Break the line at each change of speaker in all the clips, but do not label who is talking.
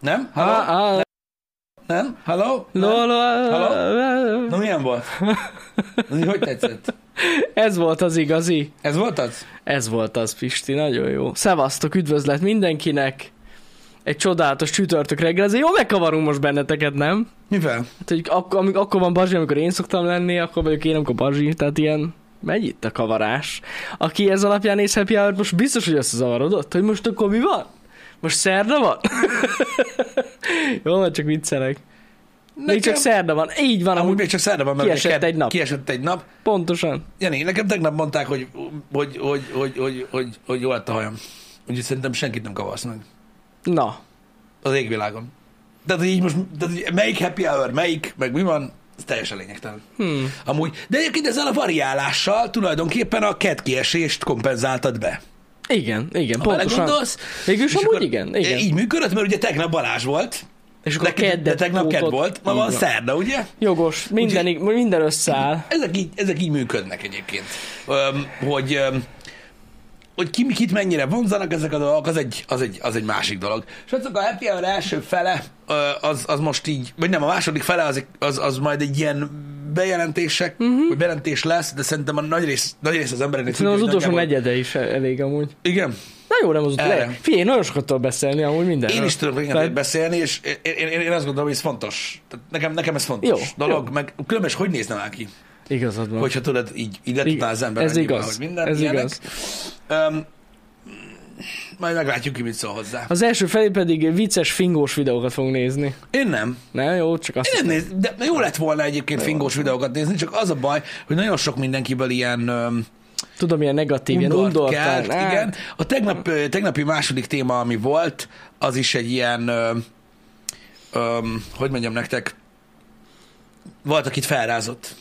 Nem? Halló?
Á, á,
Nem? Halló? Nem?
ló, ló, á,
Hello?
á,
Na
á.
milyen volt? Ez Hogy tetszett?
Ez volt az igazi.
Ez volt az?
Ez volt az, Pisti, nagyon jó. Szevasztok, üdvözlet mindenkinek. Egy csodálatos csütörtök reggel, azért jól megkavarunk most benneteket, nem?
Mivel?
Hát, hogy ak- amik- akkor van Bazsi, amikor én szoktam lenni, akkor vagyok én, amikor Bazsi, tehát ilyen megy itt a kavarás. Aki ez alapján néz Happy hour most biztos, hogy összezavarodott, hogy most akkor mi van? Most szerda van? Jó, van, csak viccelek. Még csak szerda van. Így van,
Amúgy
amúgy
még csak szerda van, mert
kiesett
ugye ked-
egy nap.
Kiesett egy nap.
pontosan.
Jani, nekem tegnap mondták, hogy, hogy, hogy, hogy, hogy, hogy, hogy jó lett a hajam. Úgyhogy szerintem senkit nem kavarsz meg.
Na,
Az égvilágon. Tehát, hogy így most, tehát, hogy melyik happy hour, melyik, meg mi van, ez teljesen lényegtelen.
hmm.
Amúgy, de egyébként ezzel a variálással tulajdonképpen a kett kiesést kompenzáltad be.
igen, igen,
Ha
pontosan.
belegondolsz,
Végül is
és
amúgy
akkor
igen, igen.
Így működött, mert ugye tegnap Balázs volt,
és akkor
de, de
kedden
tegnap kedd
pótot-
volt, ma
Így
van
van.
szerda, ugye?
Jogos, minden, minden összeáll.
Ezek így, ezek így működnek egyébként. Öm, hogy, öm, hogy ki, kit mennyire vonzanak ezek a dolgok, az egy, az egy, az egy másik dolog. Srácok, a happy hour első fele, ö, az, az most így, vagy nem, a második fele, az, egy- az, az majd egy ilyen bejelentések, uh-huh. vagy bejelentés lesz, de szerintem a nagy rész, nagy rész az embereknek
Mhm. Szerintem az
tudja, hogy
utolsó
nagyjából-
negyede is e- elég amúgy.
Igen.
Na jó, nem az utolsó.
Erre.
Le- Figyelj, nagyon sokat tudok beszélni amúgy mindenről.
Én is tudok rengeteget
Tehát-
beszélni, és én, én, én azt gondolom, hogy ez fontos. Tehát nekem, nekem ez fontos jó,
Jó,
dolog, jó.
jó.
meg különben is hogy nézne már ki,
Igazad van.
hogyha tudod, így, így le
Igen,
tudnál az ember
ez
nyilván,
igaz,
hogy minden
ez
ilyenek.
igaz.
Um, majd meglátjuk ki, mit szól hozzá.
Az első felé pedig vicces, fingós videókat fogunk nézni.
Én nem.
Nem, jó, csak azt
Én nem néz, de jó lett volna egyébként fingós videókat nézni, csak az a baj, hogy nagyon sok mindenkiből ilyen um,
tudom, ilyen negatív, ilyen
undort
undortán.
kelt. Igen. A tegnap, ö, tegnapi második téma, ami volt, az is egy ilyen, um, um, hogy mondjam nektek, volt, akit felrázott.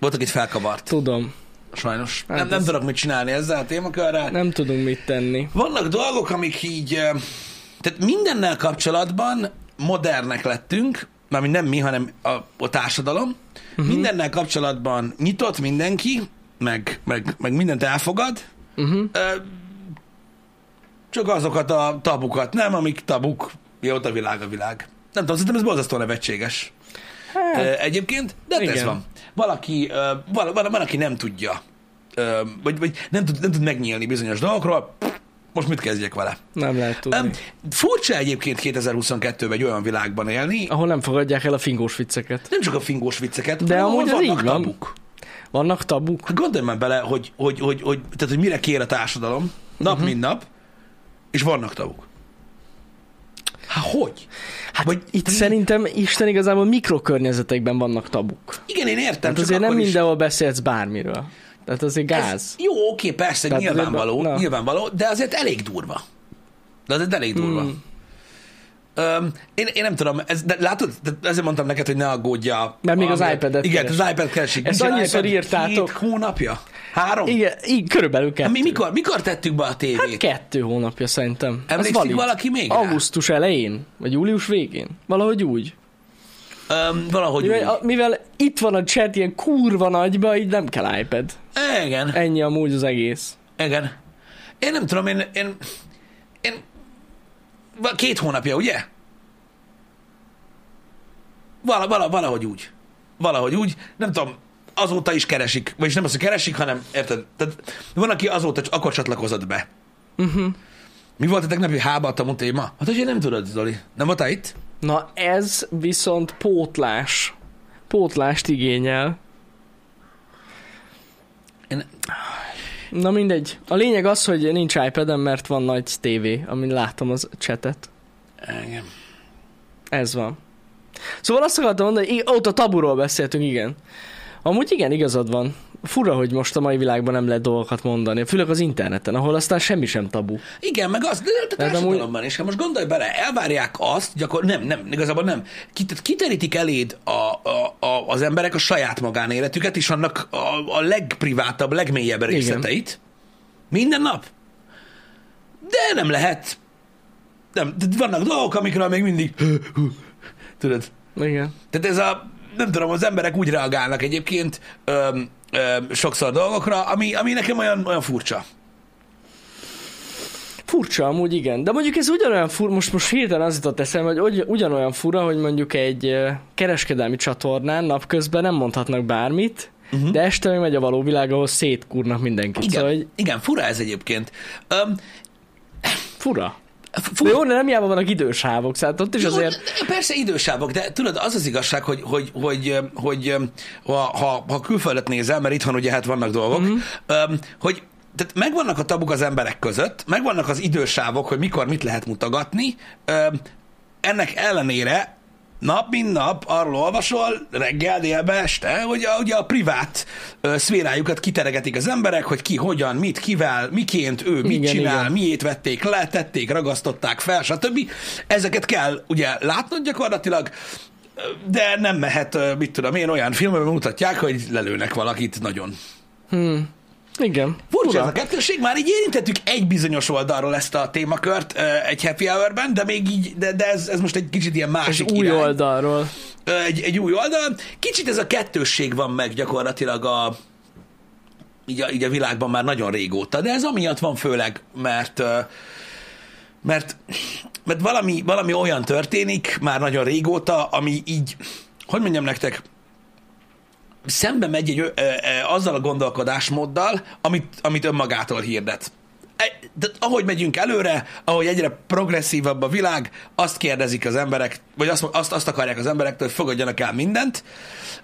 Volt, akit felkavart,
Tudom,
sajnos.
Hát
Nem, nem
ez-
tudok mit csinálni ezzel a témakörrel.
nem tudunk mit tenni.
Vannak dolgok, amik így, ö, tehát mindennel kapcsolatban modernek lettünk, mármint nem mi, hanem a, a társadalom.
Mhm.
Uh-huh. Mindennel kapcsolatban nyitott mindenki, meg, meg, meg mindent elfogad,
Uh-huh.
ö, csak azokat a tabukat, nem, amik tabuk, jót a világ a világ. Nem tudom, szerintem ez borzasztó nevetséges.
Hát,
Ö, Egyébként, de hát ez
Igen.
van. Valaki, ö, val- van, van, aki nem tudja, ö, vagy, vagy nem, tud, nem tud megnyílni bizonyos dolgokról, most mit kezdjek vele?
nem lehet
Öm,
tudni.
furcsa egyébként 2022-ben egy olyan világban élni,
Ahol nem fogadják el a fingós vicceket.
nem csak a fingós vicceket,
De
hanem
amúgy
ahol
ez
vannak
így van.
tabuk.
Vannak tabuk?
Hát gondolj már bele, hogy, hogy, hogy, hogy, tehát, hogy mire kér a társadalom nap,
Mhm.
uh-huh. mint nap, és vannak tabuk. Hát hogy?
Hát
Vagy-
Vagy itt szerintem Isten igazából mikrokörnyezetekben vannak tabuk.
Igen, én értem. csak
Tehát Hát azért nem
akkor is-
mindenhol beszélsz bármiről. Tehát azért gáz.
Ez jó, oké, persze,
Tehát azért
nyilvánvaló,
na- na.
nyilvánvaló, de azért elég durva. De azért elég durva. Hmm. Öm, én, én nem tudom, ez, de látod, de ezért mondtam neked, hogy ne aggódja.
Mert még
a-
az iPad-et
Igen,
keres.
az iPad keresik.
Ezt
Nincsen
annyiszor
iPad
írtátok.
Két hónapja? Három?
Igen, így körülbelül kettő.
Hát Mi, mikor, mikor tettük be a tévét?
Hát kettő hónapja szerintem. Ez
Emlékszik
valid.
valaki még rá?
Augusztus elején, vagy július végén. Valahogy úgy.
Öm, valahogy
Mivel,
úgy.
a, mivel itt van a chat ilyen kurva nagyba, így nem kell iPad.
Igen,
Ennyi amúgy az egész.
igen. Én nem tudom, én, én, én va- két hónapja, ugye? Vala, vala, valahogy úgy. Valahogy úgy. Nem tudom, azóta is keresik. Vagyis nem azt, hogy keresik, hanem érted? Tehát van, aki azóta csak akkor csatlakozott be. Uh-huh. Mi volt a tegnapi hábatamú téma? Hát, hogy én nem tudod, Zoli. Nem voltál itt?
Na ez viszont pótlás. Pótlást igényel.
Én...
Na mindegy. A lényeg az, hogy nincs iPad-em, mert van nagy tévé, amin látom az chatet.
Engem.
Ez van. Szóval azt akartam mondani, hogy í- ott a taburól beszéltünk, igen. Amúgy igen, igazad van. Fura, hogy most a mai világban nem lehet dolgokat mondani, főleg az interneten, ahol aztán semmi sem tabu.
Igen, meg az, de a
amúgy-
társadalomban is. Hát most gondolj bele, elvárják azt, hogy akkor nem, nem, igazából nem. Kit- Kiterítik eléd a, a, a, az emberek a saját magánéletüket, és annak a, a legprivátabb, legmélyebb részleteit. Igen. Minden nap. De nem lehet. Nem, de vannak dolgok, amikről még mindig... Tudod,
Igen.
tehát ez a, nem tudom, az emberek úgy reagálnak egyébként öm, öm, sokszor dolgokra, ami, ami nekem olyan, olyan furcsa.
Furcsa amúgy, igen. De mondjuk ez ugyanolyan fur, most, most hirtelen az jutott eszembe, hogy ugy- ugyanolyan fura, hogy mondjuk egy ö, kereskedelmi csatornán napközben nem mondhatnak bármit, uh-huh. de este meg megy a való világ, ahol szétkúrnak mindenkit.
Igen,
Szóval, hogy
igen, fura ez egyébként. Um,
fura.
fura,
De jó, de nem hiába vannak idősávok, szóval ott is
Jó,
azért...
de- Persze idősábbak, de tudod, az az igazság, hogy, hogy, hogy, öm, hogy öm, ha, ha, ha külföldet nézel, mert itthon ugye hát vannak dolgok, mm-hmm. hogy tehát megvannak a tabuk az emberek között, megvannak az idősávok, hogy mikor mit lehet mutogatni. Öm, Ennek ellenére nap, mint nap arról olvasol, reggel, délbe, este, hogy a, ugye a privát ö, szférájukat kiteregetik az emberek, hogy ki, hogyan, mit, kivel, miként, ő mit
Igen,
csinál,
igen.
miét vették le, tették, ragasztották fel, stb. Ezeket kell ugye látnod gyakorlatilag, de nem mehet, ö, mit tudom én, olyan filmben mutatják, hogy lelőnek valakit nagyon.
hmm, Igen.
Furcsa ez
Fura.
a kettőség, már így érintettük egy bizonyos oldalról ezt a témakört ö, egy happy hour-ben, de még így, de, de ez, ez most egy kicsit ilyen
És
másik
új
irány.
oldalról.
Ö, egy, egy új oldalon. Kicsit ez a kettősség van meg gyakorlatilag a így, a, így a világban már nagyon régóta, de ez amiatt van főleg, mert ö, mert, mert valami, valami olyan történik már nagyon régóta, ami így, hogy mondjam nektek, szembe megy egy, ö, ö, ö, azzal a gondolkodásmóddal, amit, amit önmagától hirdet. E- De ahogy megyünk előre, ahogy egyre progresszívabb a világ, azt kérdezik az emberek, vagy azt, azt, azt akarják az emberektől, hogy fogadjanak el mindent,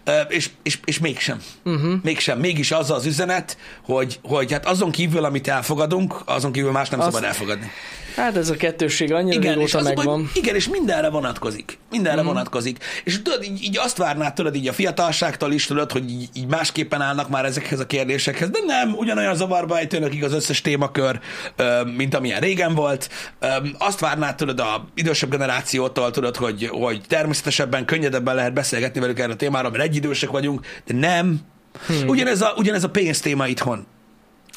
ö, és, és, és mégsem. Uh-huh. Mégsem. Mégis az az üzenet, hogy, hogy hát azon kívül, amit elfogadunk, azon kívül más nem azt...
Azt-
szabad elfogadni.
Hát ez a kettőség annyira
Igen, és
régóta
az a
megvan. Mhm.
baj, igen, és mindenre vonatkozik. Mindenre mm. vonatkozik. És tudod, így, így azt várnád tőled így a fiatalságtól is, tudod, hogy így, így másképpen állnak már ezekhez a kérdésekhez, de nem, ugyanolyan zavarba ejtőnökig az összes témakör, ö, mint amilyen régen volt. Ö, Azt várnád tőled a idősebb generációtól, tudod, hogy, hogy természetesebben, könnyedebben lehet beszélgetni velük erről a témáról, mert egyidősek vagyunk, de nem. Hmm. Ugyanez, a, ugyanez a pénz téma itthon.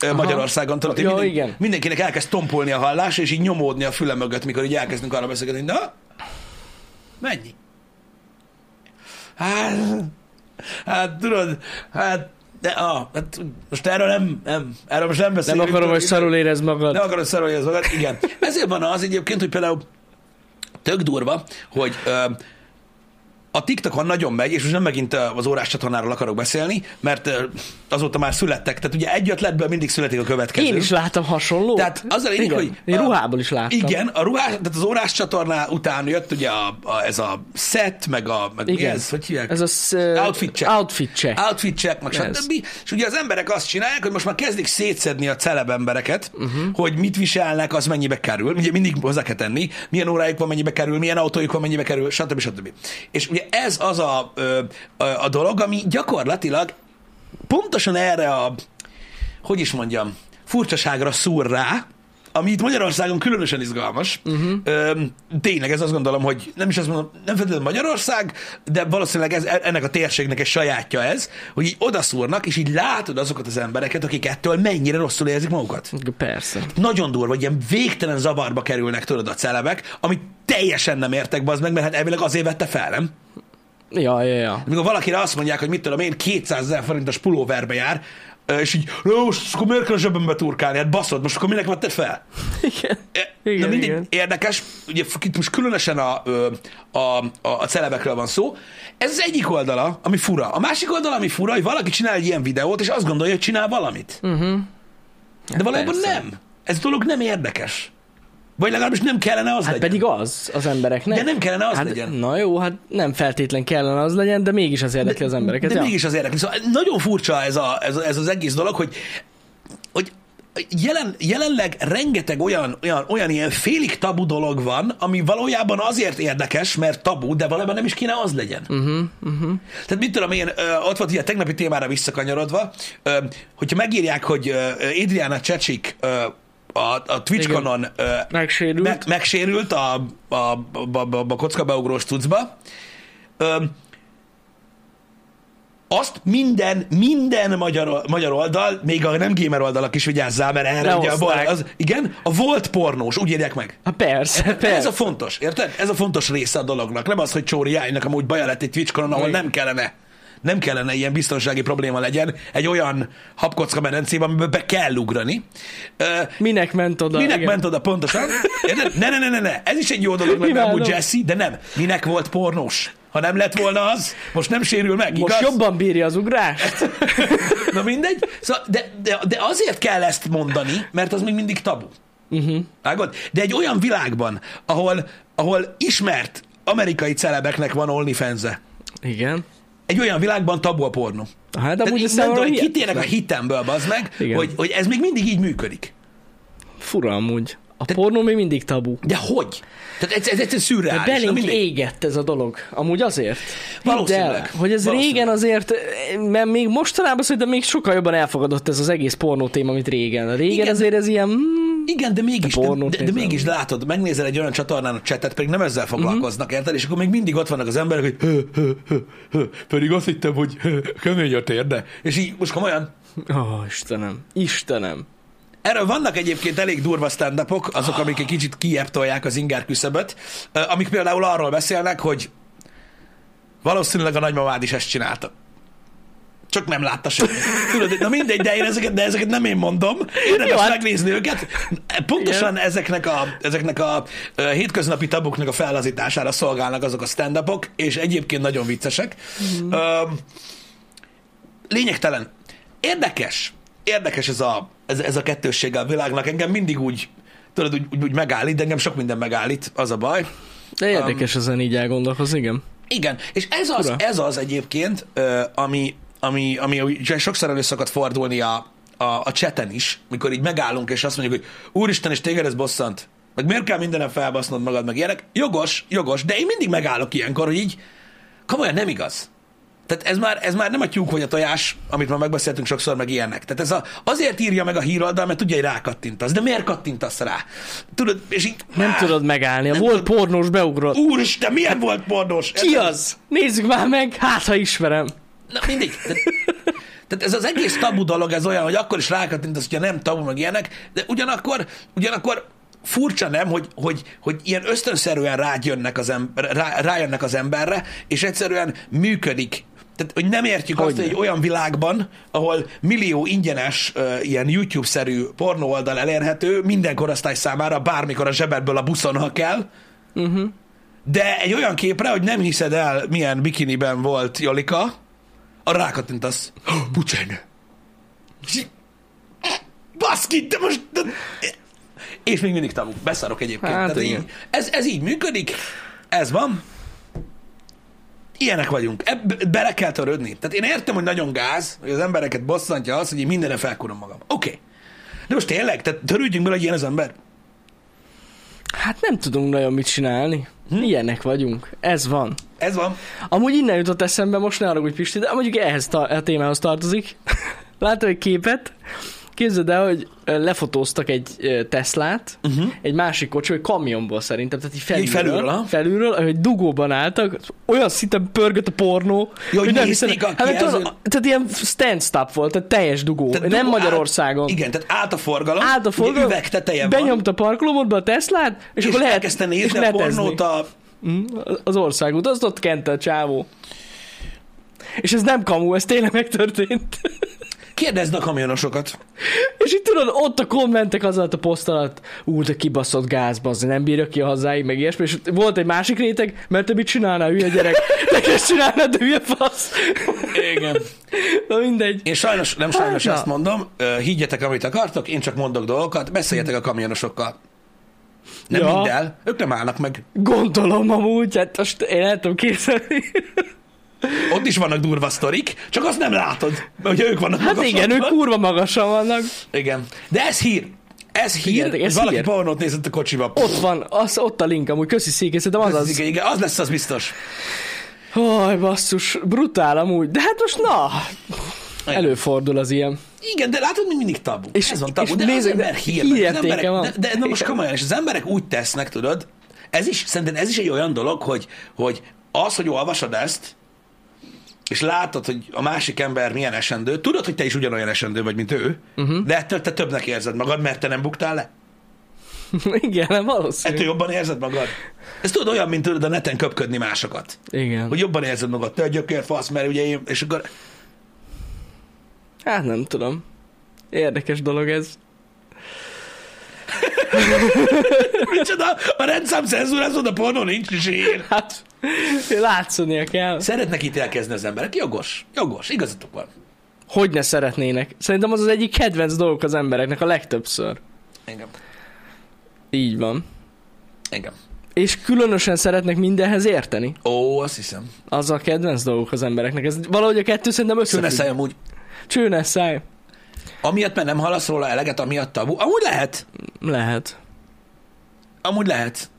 Ö, Magyarországon, tudod, hogy
Jó,
minden,
igen.
mindenkinek elkezd tompolni a hallás, és így nyomódni a füle mögött, mikor így elkezdünk arra beszélgetni, hogy na, mennyi? Hát, hát tudod, hát, de, ah, hát, most erről nem, nem, erről most nem
Nem
beszélünk.
akarom, hogy
Ide-
szarul érezd magad.
nem akarod szarolni az magad? Igen. Ezért van az egyébként, hogy például tök durva, hogy ö, a TikTokon nagyon megy, és most nem megint ö, az órás csatornáról akarok beszélni, mert ö, azóta már születtek, tehát ugye egy ötletből mindig születik a következő.
Én is láttam hasonlót.
Tehát az a lényeg,
Igen.
hogy-
Én
a-
ruhából is láttam.
Igen, a ruhás, tehát az órás csatorná után jött ugye a, a, ez a set, meg a, meg Mi
Igen.
ez, hogy hívják?
Ez az uh,
Outfit check.
Outfit check.
Outfit check, meg
Ez.
stb. És ugye az emberek azt csinálják, hogy most már kezdik szétszedni a celeb embereket,
Mhm.
uh-huh. hogy mit viselnek, az mennyibe kerül. Ugye mindig hozzá kell tenni, milyen órájuk van, mennyibe kerül, milyen autójuk van, mennyibe kerül, stb. stb. És ugye ez az a, ö, a, a dolog, ami gyakorlatilag pontosan erre a, hogy is mondjam, furcsaságra szúr rá, ami itt Magyarországon különösen izgalmas. Uh-huh. Öm, tényleg ez azt gondolom, hogy nem is azt mondom, nem feltétlenül Magyarország, de valószínűleg ez, ennek a térségnek egy sajátja ez, hogy így odaszúrnak, és így látod azokat az embereket, akik ettől mennyire rosszul érzik magukat
Persze.
nagyon durva, hogy ilyen végtelen zavarba kerülnek tőled a celebek, amit teljesen nem értek az meg, mert hát elvileg azért vette fel, nem?
Ja, ja, Hát ja.
Amikor valakire azt mondják, hogy mit tudom én, 200 ezer forintos pulóverbe jár, és így, "Jó, most akkor miért kell a zsebembe turkálni? Hát baszod, most akkor minek vetted fel?
Igen.
Igen, Na
Igen,
mindegy,
igen.
érdekes, ugye itt most különösen a, ö, a, a, a celebekről van szó. Ez az egyik oldala, ami fura. A másik oldala, ami fura, hogy valaki csinál egy ilyen videót, és azt gondolja, hogy csinál valamit. Uh-huh. De valójában
Mhm. Hát persze.
nem. Ez a dolog nem érdekes. Vagy legalábbis nem kellene az hát
Hát
legyen.
pedig az az embereknek.
De nem kellene az
hát,
legyen.
Na jó, hát nem feltétlen kellene az legyen, de mégis az érdekli az embereket.
De
ja.
mégis az érdekli. Szóval nagyon furcsa ez, a, ez, a- ez az egész dolog, hogy, hogy jelen, jelenleg rengeteg olyan, olyan, olyan ilyen félig tabu dolog van, ami valójában azért érdekes, mert tabu, de valójában nem is kéne az legyen. Uh-huh, uh-huh. Tehát mit tudom én, ö, ott volt ugye a tegnapi témára visszakanyarodva, ö, hogyha megírják, hogy ö, Adriana Csecsik ö, a, a Twitch-konon ö,
Megsérült.
meg, megsérült a, a, a, a, a, a kockabeugros tucba. Öm, azt minden, minden magyar, magyar oldal, még a nem gamer oldalak is vigyázzál, mert erre ugye a bal,
Lehozták.
az, igen, a volt pornós, úgy írják meg.
Hát persze, persze.
Ez a fontos, érted? Ez a fontos része a dolognak. Nem az, hogy Csóri Jájnak amúgy baja lett egy Twitch-konon, ahol
Igen.
nem kellene. nem kellene ilyen biztonsági probléma legyen egy olyan habkocka medencében, amiben be kell ugrani. Ö,
Minek ment oda?
Minek
Szóval igen.
ment oda pontosan? Érted? Ne, ne, ne, ne, ne, ez is egy jó dolog lenne
Imádom.
amúgy Jesse, de nem. Minek volt pornós? Ha nem lett volna az, most nem sérül meg,
Most
igaz?
jobban bírja az ugrást?
Na mindegy. Szóval, de, de, de azért kell ezt mondani, mert az még mindig tabu.
Mhm.
Uh-huh. Vágod? De egy olyan világban, ahol, ahol ismert amerikai celebeknek van onlyfans
Igen.
egy olyan világban tabu a pornó.
Hát
Tehát
amúgy ez
én nem
számomra
tudom, hogy
hihet.
kitérnek a hitemből, bazd meg,
Igen.
hogy, hogy ez még mindig így működik.
Fura amúgy. A pornó még mindig tabu.
De hogy? Tehát ez, ez, ez, ez
De
szürreális. Na
belénk
mindegy.
égett ez a dolog. Amúgy azért.
Valószínűleg.
Hidd el, hogy ez
Valószínűleg.
régen azért, mert még mostanában szerintem még sokkal jobban elfogadott ez az egész pornó téma, mint régen. Régen
Igen.
azért ez ilyen... mm,
Igen, de mégis,
Te
de,
pornót
de, de
nézel.
mégis látod, megnézel egy olyan csatornán a csetet, pedig nem ezzel foglalkoznak,
Mhm.
uh-huh. érted? És akkor még mindig ott vannak az emberek, hogy hö, hö, hö, hö, pedig azt hittem, hogy hö, kömény a térde. És így most komolyan,
Ó, oh, Istenem. Istenem.
Erről vannak egyébként elég durva stand azok, amik egy kicsit kieptolják az inger küszöböt, ö, amik például arról beszélnek, hogy valószínűleg a nagymamád is ezt csinálta. Csak nem látta semmi. Tudod, na mindegy, de, én ezeket, de ezeket nem én mondom. Érdemes
Jó, hát-
megnézni őket. Pontosan ezeknek a, ezeknek a ö, hétköznapi tabuknak a fellazítására szolgálnak azok a stand és egyébként nagyon viccesek.
Mhm.
Öm, lényegtelen. Érdekes. Érdekes ez a, ez, ez a kettőssége a világnak. Engem mindig úgy, tudod, úgy, úgy, úgy megállít, de engem sok minden megállít, az a baj.
De érdekes ezen így elgondolkozni, igen.
Igen, és ez az,
Fura.
ez az egyébként, ö, ami, ami, ami ugye sokszor elő szokott fordulni a, a, a cseten is, mikor így megállunk, és azt mondjuk, hogy úristen, és téged ez bosszant. Meg miért kell mindenem felbasznod magad, meg ilyenek? Jogos, jogos, de én mindig megállok ilyenkor, hogy így, komolyan nem igaz. Tehát ez már, ez már nem a tyúk vagy a tojás, amit már megbeszéltünk sokszor, meg ilyenek. Tehát ez a, azért írja meg a híroldal, mert tudja, hogy rákattintasz. De miért kattintasz rá? Tudod, és így...
Nem
Á,
tudod megállni. A volt pornós beugrott.
Úristen, milyen volt pornós?
Ki az? Nézzük már meg, hát ha ismerem.
Na mindegy. Tehát, tehát ez az egész tabu dolog, ez olyan, hogy akkor is rákattintasz, hogyha nem tabu, meg ilyenek, de ugyanakkor, ugyanakkor furcsa nem, hogy, hogy, hogy ilyen ösztönszerűen rájönnek az, ember, rá, rájönnek az emberre, és egyszerűen működik. Tehát, hogy nem értjük hogy azt,
Hogyne.
hogy olyan világban, ahol millió ingyenes uh, ilyen YouTube-szerű pornó oldal elérhető minden korosztály számára, bármikor a zsebedből a buszon, ha kell, de egy olyan képre, hogy nem hiszed el, milyen bikiniben volt Jolika, a rákattintasz. Bocsánat. És így, Baszki, de most... De... És még mindig tabu. Beszarok egyébként.
Hát
Hát, Tehát
igen.
így, ez, ez így működik. Ez van. Ilyenek vagyunk. Ebbe bele kell törődni. Tehát én értem, hogy nagyon gáz, hogy az embereket bosszantja az, hogy én mindenre felkúrom magam. Oké. Okay. De most tényleg, tehát törődjünk bele, hogy ilyen az ember.
Hát nem tudunk nagyon mit csinálni. Ilyenek vagyunk. Ez van.
Ez van.
Amúgy innen jutott eszembe, most ne haragudj Pisti, de mondjuk ehhez ta- a témához tartozik. Látom egy képet, képzeld el, hogy ö, lefotóztak egy ö, Teslát, uh-huh. egy másik kocsi, vagy kamionból szerintem, tehát így felülről,
Mhm. Így felülről, ha?
felülről, hogy dugóban álltak, olyan szinten pörgött a pornó,
Ja, hogy
nem
nézték,
hiszem-
aki
hát,
ez,
tudod,
hogy-
tehát ilyen stand-stop volt, tehát teljes dugó,
Tehát
nem
dugó
Magyarországon.
Állt, igen, tehát állt a forgalom.
Állt a
ugye
forgalom,
Üveg teteje van.
benyomta a parkolómodba a Teslát, és,
És,
akkor
lehet,
lehet
elkezdte
és
nézni a
netezni.
pornót a...
Mm, az országút, azt ott kent a csávó. És ez nem kamu, ez tényleg megtörtént.
Kérdezd a kamionosokat.
És itt tudod, ott a kommentek az alatt a poszt alatt, ú, de kibaszott gáz, bazd, nem bírja ki a hazáig, meg ilyesmi, és volt egy másik réteg, mert te mit csinálnál, hülye gyerek? Te ezt csinálnál, de hülye fasz.
Igen.
Na mindegy.
Én sajnos, nem sajnos
Hát,
ezt
na.
mondom, ö, higgyetek, amit akartok, én csak mondok dolgokat, beszéljetek a kamionosokkal. Nem
Ja.
ja. minden, ők nem állnak meg.
Gondolom amúgy, hát most én el tudom képzelni.
Ott is vannak durva sztorik, csak azt nem látod, mert ugye ők vannak
Hát
magasabban.
igen, ők kurva magasan vannak.
Igen. De ez hír. Ez hír,
Figyeljetek,
hogy
ez
valaki
hír.
pornót nézett a kocsiba.
Ott van, az, ott a link amúgy, köszi székén, szerintem az
az,
az.
igen, igen, az lesz az biztos.
Haj, basszus, brutál amúgy, de hát most na, előfordul az ilyen.
Igen, de látod, még mindig tabu.
És-
És, ez van tabu,
és
de
nézzük,
az ember
és
hír, meg, az
hírértéke
emberek,
van.
de, de na most komolyan, és az emberek úgy tesznek, tudod, ez is, szerintem ez is egy olyan dolog, hogy, hogy az, hogy olvasod ezt, és látod, hogy a másik ember milyen esendő, tudod, hogy te is ugyanolyan esendő vagy, mint ő, uh-huh. de ettől te többnek érzed magad, mert te nem buktál le.
Igen,
Ettől
valószínű.
jobban érzed magad. Ez tudod olyan, mint tudod a neten köpködni másokat.
Igen.
Hogy jobban érzed magad, te a gyökér fasz, mert ugye én, és akkor
Hát nem tudom. Érdekes dolog ez.
micsoda, a rendszám cenzúrázod, a pornó nincs is ír.
Hát, látszania kell.
Szeretnek ítélkezni az emberek, jogos, jogos, igazatok van.
Hogy ne szeretnének. Szerintem az az egyik kedvenc dolog az embereknek a legtöbbször.
Engem.
Így van.
Engem.
És különösen szeretnek mindenhez érteni.
Ó, azt hiszem.
Az a kedvenc dolgok az embereknek. Ez valahogy a kettő szerintem
Szóval
összefügg.
száj amúgy.
Csőne száj.
Amiatt, mert nem hallasz róla eleget, amiatt tabu. Amúgy lehet.
Lehet.
Amúgy lehet.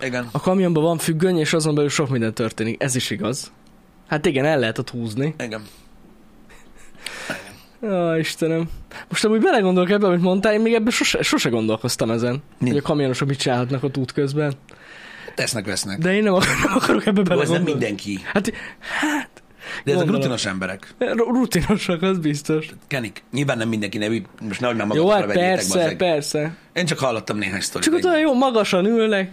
Igen.
A kamionban van függöny, és azon belül sok minden történik. Ez is igaz. Hát igen, el lehet ott húzni.
Igen.
Ó, Istenem. Most amúgy belegondolok ebbe, amit mondtál, én még ebben sose, sose gondolkoztam ezen.
Mi?
Hogy a kamionosok mit csinálhatnak ott út közben.
Tesznek, vesznek. De
De én nem akarok, nem akarok ebbe
ez nem
belegondolni.
mindenki.
Hát,
De ezek
Gondolom.
rutinos emberek.
ru- rutinosak, az biztos.
Kenik, nyilván nem mindenki nevű, most nehogy már
Jó,
magatokra
hát
vegyétek,
persze,
bazzeg.
persze.
Én csak hallottam néhány sztorit.
Csak ott
ennyi.
olyan jó, magasan ülnek,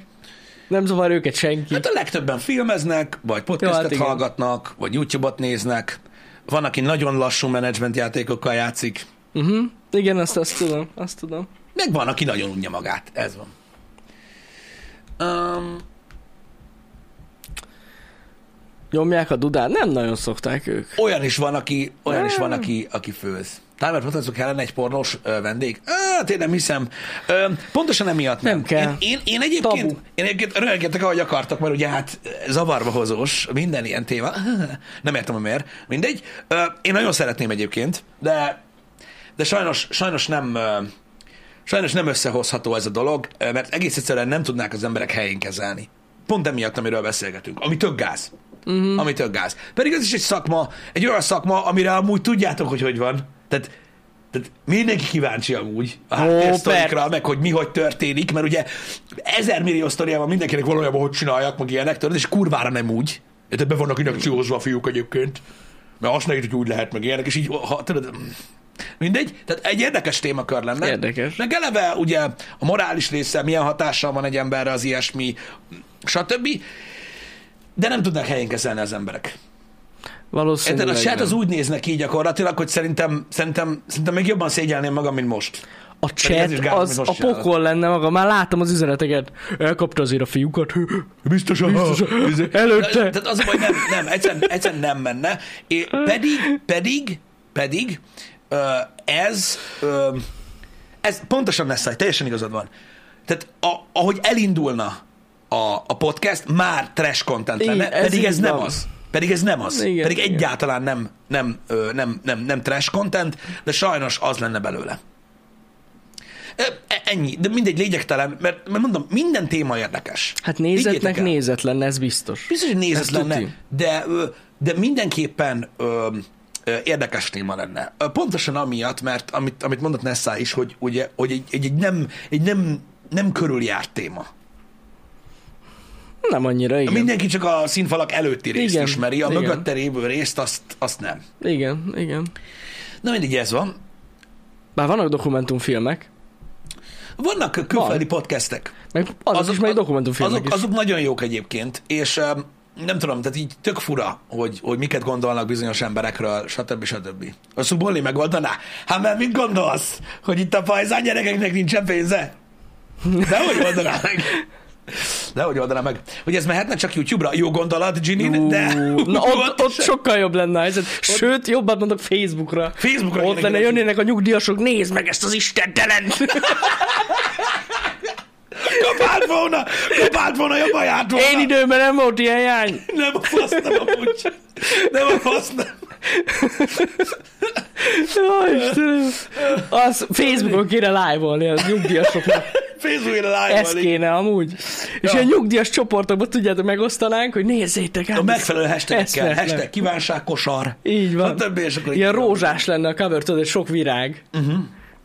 nem zavar őket senki.
Hát a legtöbben filmeznek, vagy
Jó, hát
podcastet
igen.
hallgatnak, vagy YouTube-ot néznek. Van, aki nagyon lassú menedzsment játékokkal játszik,
Uh-huh. Igen, azt, azt tudom, azt tudom.
meg van, aki nagyon unja magát. Ez van. Um,
Nyomják a dudát, nem nagyon szokták ők.
olyan is van, aki, olyan is van, aki, aki főz. Timer Potenzok ellen egy pornós ö, vendég? Hát én nem hiszem. Ö, pontosan emiatt nem.
Nem kell.
Én, én, én egyébként,
Tabu.
én egyébként röhögjetek, ahogy akartak, mert ugye hát zavarba hozós minden ilyen téma. Nem értem, hogy miért. Mindegy. Ö, én nagyon szeretném egyébként, de, de sajnos, sajnos nem... Ö, Sajnos nem összehozható ez a dolog, ö, mert egész egyszerűen nem tudnák az emberek helyén kezelni. Pont emiatt, amiről beszélgetünk. Ami tök gáz. Uh-huh. Ami tök gáz. Pedig ez is egy szakma, egy olyan szakma, amire amúgy tudjátok, hogy hogy van. Tehát, tehát mindenki kíváncsi amúgy a háttérsztorikra, meg hogy mi hogy történik, mert ugye ezer millió sztoriában mindenkinek valójában hogy csináljak, meg ilyenek, tudod, és kurvára nem úgy. Tehát be vannak inakciózva a fiúk egyébként. Mert azt ne hogy úgy lehet, meg ilyenek, és így, ha, tudod, mm. mindegy. Tehát egy érdekes témakör lenne.
Érdekes.
Meg eleve ugye a morális része, milyen hatással van egy emberre az ilyesmi, stb. De nem tudnak helyén kezelni az emberek.
Valószínűleg
Érted, a chat
nem.
az úgy néznek ki gyakorlatilag, hogy szerintem, szerintem, szerintem még jobban szégyelném magam, mint most.
a
ez
chat
is gáz,
az
amit
a
most
pokol lenne maga. Már látom az üzeneteket. Elkapta azért a fiúkat.
Biztos,
Biztos,
Tehát
előtte.
az a baj, nem, nem, egyszerűen, egyszerűen nem menne. É, pedig, pedig, pedig ö, ez, ö, ez pontosan lesz, hogy teljesen igazad van. Tehát a, ahogy elindulna a, a podcast, már trash content lenne,
Igen, ez
pedig ez
így
nem
van.
az. Pedig ez nem az.
Igen,
pedig
igen.
egyáltalán nem, nem, ö, nem, nem, nem trash content, de sajnos az lenne belőle. Ö, e- Ennyi, de mindegy lényegtelen, mert, mert mondom, minden téma érdekes.
Hát
Higgyétek
nézetnek
el.
nézetlen, ez biztos.
Biztos, hogy
Ez
nézet lenne,
tuti.
de, ö, de mindenképpen ö, ö, érdekes téma lenne. Ö, Pontosan amiatt, mert amit, amit mondott Nessa is, hogy, ugye, hogy egy, egy, egy, nem, egy nem, nem körüljárt téma.
Nem annyira, igen.
Mindenki csak a színfalak előtti részt
Igen,
ismeri, a
igen.
mögötte lévő részt azt, azt nem.
Igen, igen.
Na mindig ez van.
Bár vannak dokumentumfilmek,
Vannak külföldi podcastek.
meg azok, azok is, meg
az-
dokumentumfilmek
azok,
azok, is.
azok nagyon jók egyébként, és em, nem tudom, tehát így tök fura, hogy, hogy miket gondolnak bizonyos emberekről, stb. stb. A Szubolli megoldaná? Hát mert mit gondolsz, hogy itt a pajzán gyerekeknek nincsen pénze? De hogy oldaná meg? De hogy oldaná meg? Hogy ez mehetne csak YouTube-ra? Jó gondolat, Gini, de...
Ú, Na ott, ott
se.
sokkal jobb lenne a helyzet. Sőt, jobbat mondok Facebookra.
Facebookra
Ott
kéne
lenne,
kirakni.
jönnének a nyugdíjasok, nézd meg ezt az istentelen!
Kapált volna! Kapált volna, jobban járt volna!
Én időmben nem volt ilyen jány.
Nem a fasz, nem amúgy. Nem a fasz, nem.
Ó, Istenem. Az Facebookon kéne live-olni az nyugdíjasoknak.
Facebookon live
Ez kéne amúgy. És
Ja.
ilyen nyugdíjas csoportokban tudjátok, megosztanánk, hogy nézzétek hát
A
ez
megfelelő hashtagekkel.
eszméletlen.
Hashtag kívánság kosar.
Így van.
Stb. és akkor Mhm.
Ilyen
így-
rózsás lenne a cover, tudod, és sok virág. Uh-huh.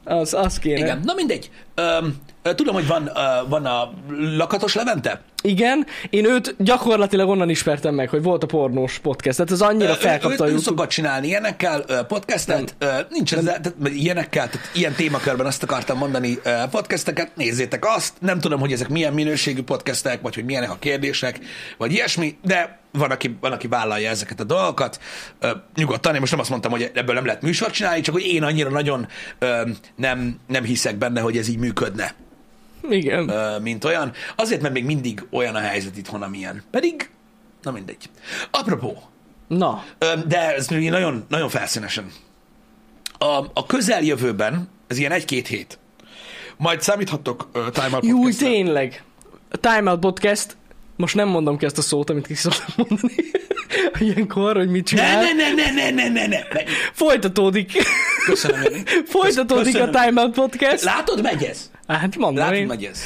Az, az kéne.
Igen, na mindegy. Öm, ö, tudom, hogy van, ö, van a lakatos Levente,
Igen, én őt gyakorlatilag onnan ismertem meg, hogy volt a pornós podcast, tehát ez annyira
Ö,
felkapta a
ő, ő, ő
YouTube.
szokott csinálni ilyenekkel ö, podcastet, ö, nincs ez, tehát, vagy ilyenekkel, tehát ilyen témakörben azt akartam mondani ö, podcasteket, nézzétek azt, nem tudom, hogy ezek milyen minőségű podcastek, vagy hogy milyenek a kérdések, vagy ilyesmi, de van aki, van, aki vállalja ezeket a dolgokat. Ö, nyugodtan, én most nem azt mondtam, hogy ebből nem lehet műsort csinálni, csak hogy én annyira nagyon ö, nem, nem hiszek benne, hogy ez így működne,
Igen.
ö, mint olyan. Azért, mert még mindig olyan a helyzet itthon, amilyen. Pedig, na mindegy. Apropó,
Na,
Ö, De ez még nagyon, nagyon felszínesen. A, a közeljövőben, ez ilyen egy-két hét, majd számíthattok uh, Time Out
júj,
podcastra.
tényleg. A Time Out Podcast, most nem mondom ki ezt a szót, amit ki szoktam mondani. Ilyenkor, hogy mit
Ne,
csinál.
ne, ne, ne, ne, ne, ne, ne, ne.
Folytatódik.
Köszönöm, Jani.
Folytatódik
Köszönöm.
a Time Out Podcast.
Látod, megy ez?
Hát mondom
Látod,
én.
megy ez.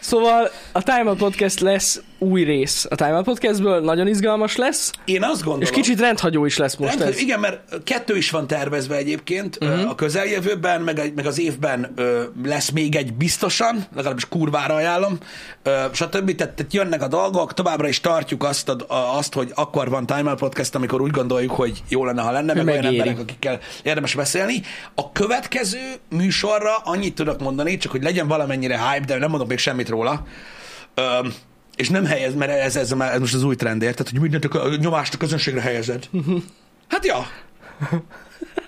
Szóval a Time Out Podcast lesz új rész. A Time Out Podcastből nagyon izgalmas lesz,
Én azt gondolom...
és kicsit rendhagyó is lesz most
Nem,
ez. Mhm.
Igen, mert kettő is van tervezve egyébként uh-huh. a közeljövőben, meg, egy- meg az évben ö, lesz még egy biztosan, legalábbis kurvára ajánlom, ö, stb. Tehát, tehát jönnek a dolgok, továbbra is tartjuk azt, a, a, azt hogy akkor van Time Out Podcast, amikor úgy gondoljuk, hogy jó lenne, ha lenne, meg olyan
Megéri.
emberek, akikkel érdemes beszélni. A következő műsorra annyit tudok mondani, csak hogy legyen valamennyire hype, de nem mondok még semmit róla, Öm, és nem helyez, mert ez, ez, már- ez most az új trendért, tehát hogy mindent a kö- a nyomást a közönségre helyezed. Hát ja.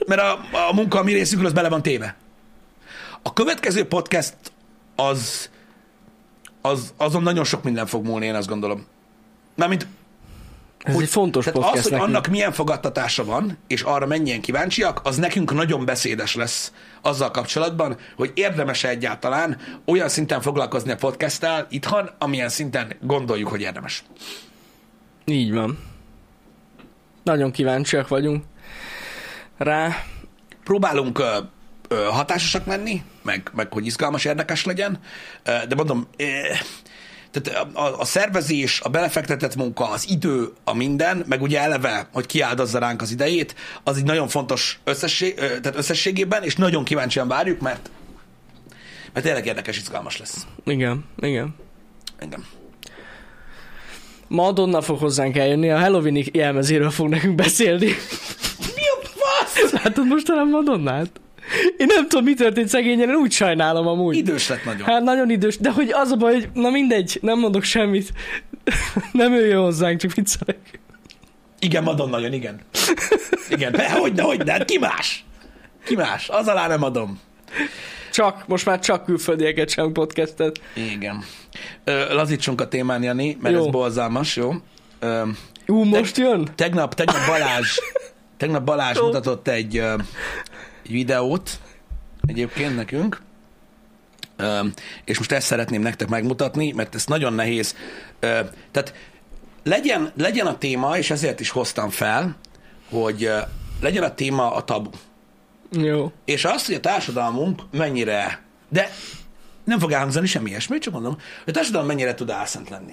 Mert a, a munka a mi részünkről az bele van téve. A következő podcast az, az azon nagyon sok minden fog múlni, én azt gondolom. Mármint
Ez egy fontos
tehát
podcast
az, hogy
nekünk.
annak milyen fogadtatása van, és arra mennyien kíváncsiak, az nekünk nagyon beszédes lesz azzal kapcsolatban, hogy érdemes egyáltalán olyan szinten foglalkozni a podcasttel itthon, amilyen szinten gondoljuk, hogy érdemes.
Így van. Nagyon kíváncsiak vagyunk rá.
Próbálunk ö, ö, hatásosak lenni, meg, meg hogy izgalmas, érdekes legyen, ö, de mondom, ö, tehát a, a- a szervezés, a belefektetett munka, az idő, a minden, meg ugye eleve, hogy kiáldozza ránk az idejét, az egy nagyon fontos összesség, ö, tehát összességében, és nagyon kíváncsian várjuk, mert mert tényleg érdekes, izgalmas lesz.
Igen, igen.
Engem.
Madonna fog hozzánk eljönni, a Halloween jelmezéről fog nekünk beszélni.
Mi a fasz?
Látod mostanában Madonnát? Én nem tudom, mi történt szegényen, én úgy sajnálom amúgy.
Idős lett nagyon.
Hát nagyon idős, de hogy az a baj, hogy na mindegy, nem mondok semmit. nem jöjjön hozzánk, csak viccelek.
Igen, Madonna jön, igen. Igen, de hogy ne, hogy ne, hát ki más? Ki más? Az alá nem adom.
Csak, most már csak külföldieket sem podcastet.
Igen. Ö, lazítsunk a témán, Jani, mert jó.
Jó.
ez borzalmas, jó? Ö,
Ú, most jön?
tegnap, tegnap Balázs, tegnap Balázs
Jó.
mutatott egy, ö, egy videót egyébként nekünk, ö, és most ezt szeretném nektek megmutatni, mert ez nagyon nehéz. Ö, tehát legyen, legyen a téma, és ezért is hoztam fel, hogy ö, legyen a téma a tabu.
Jó.
És azt, hogy a társadalmunk mennyire, de nem fog elhangzani semmi ilyesmi, csak mondom, hogy a társadalom mennyire tud álszent lenni.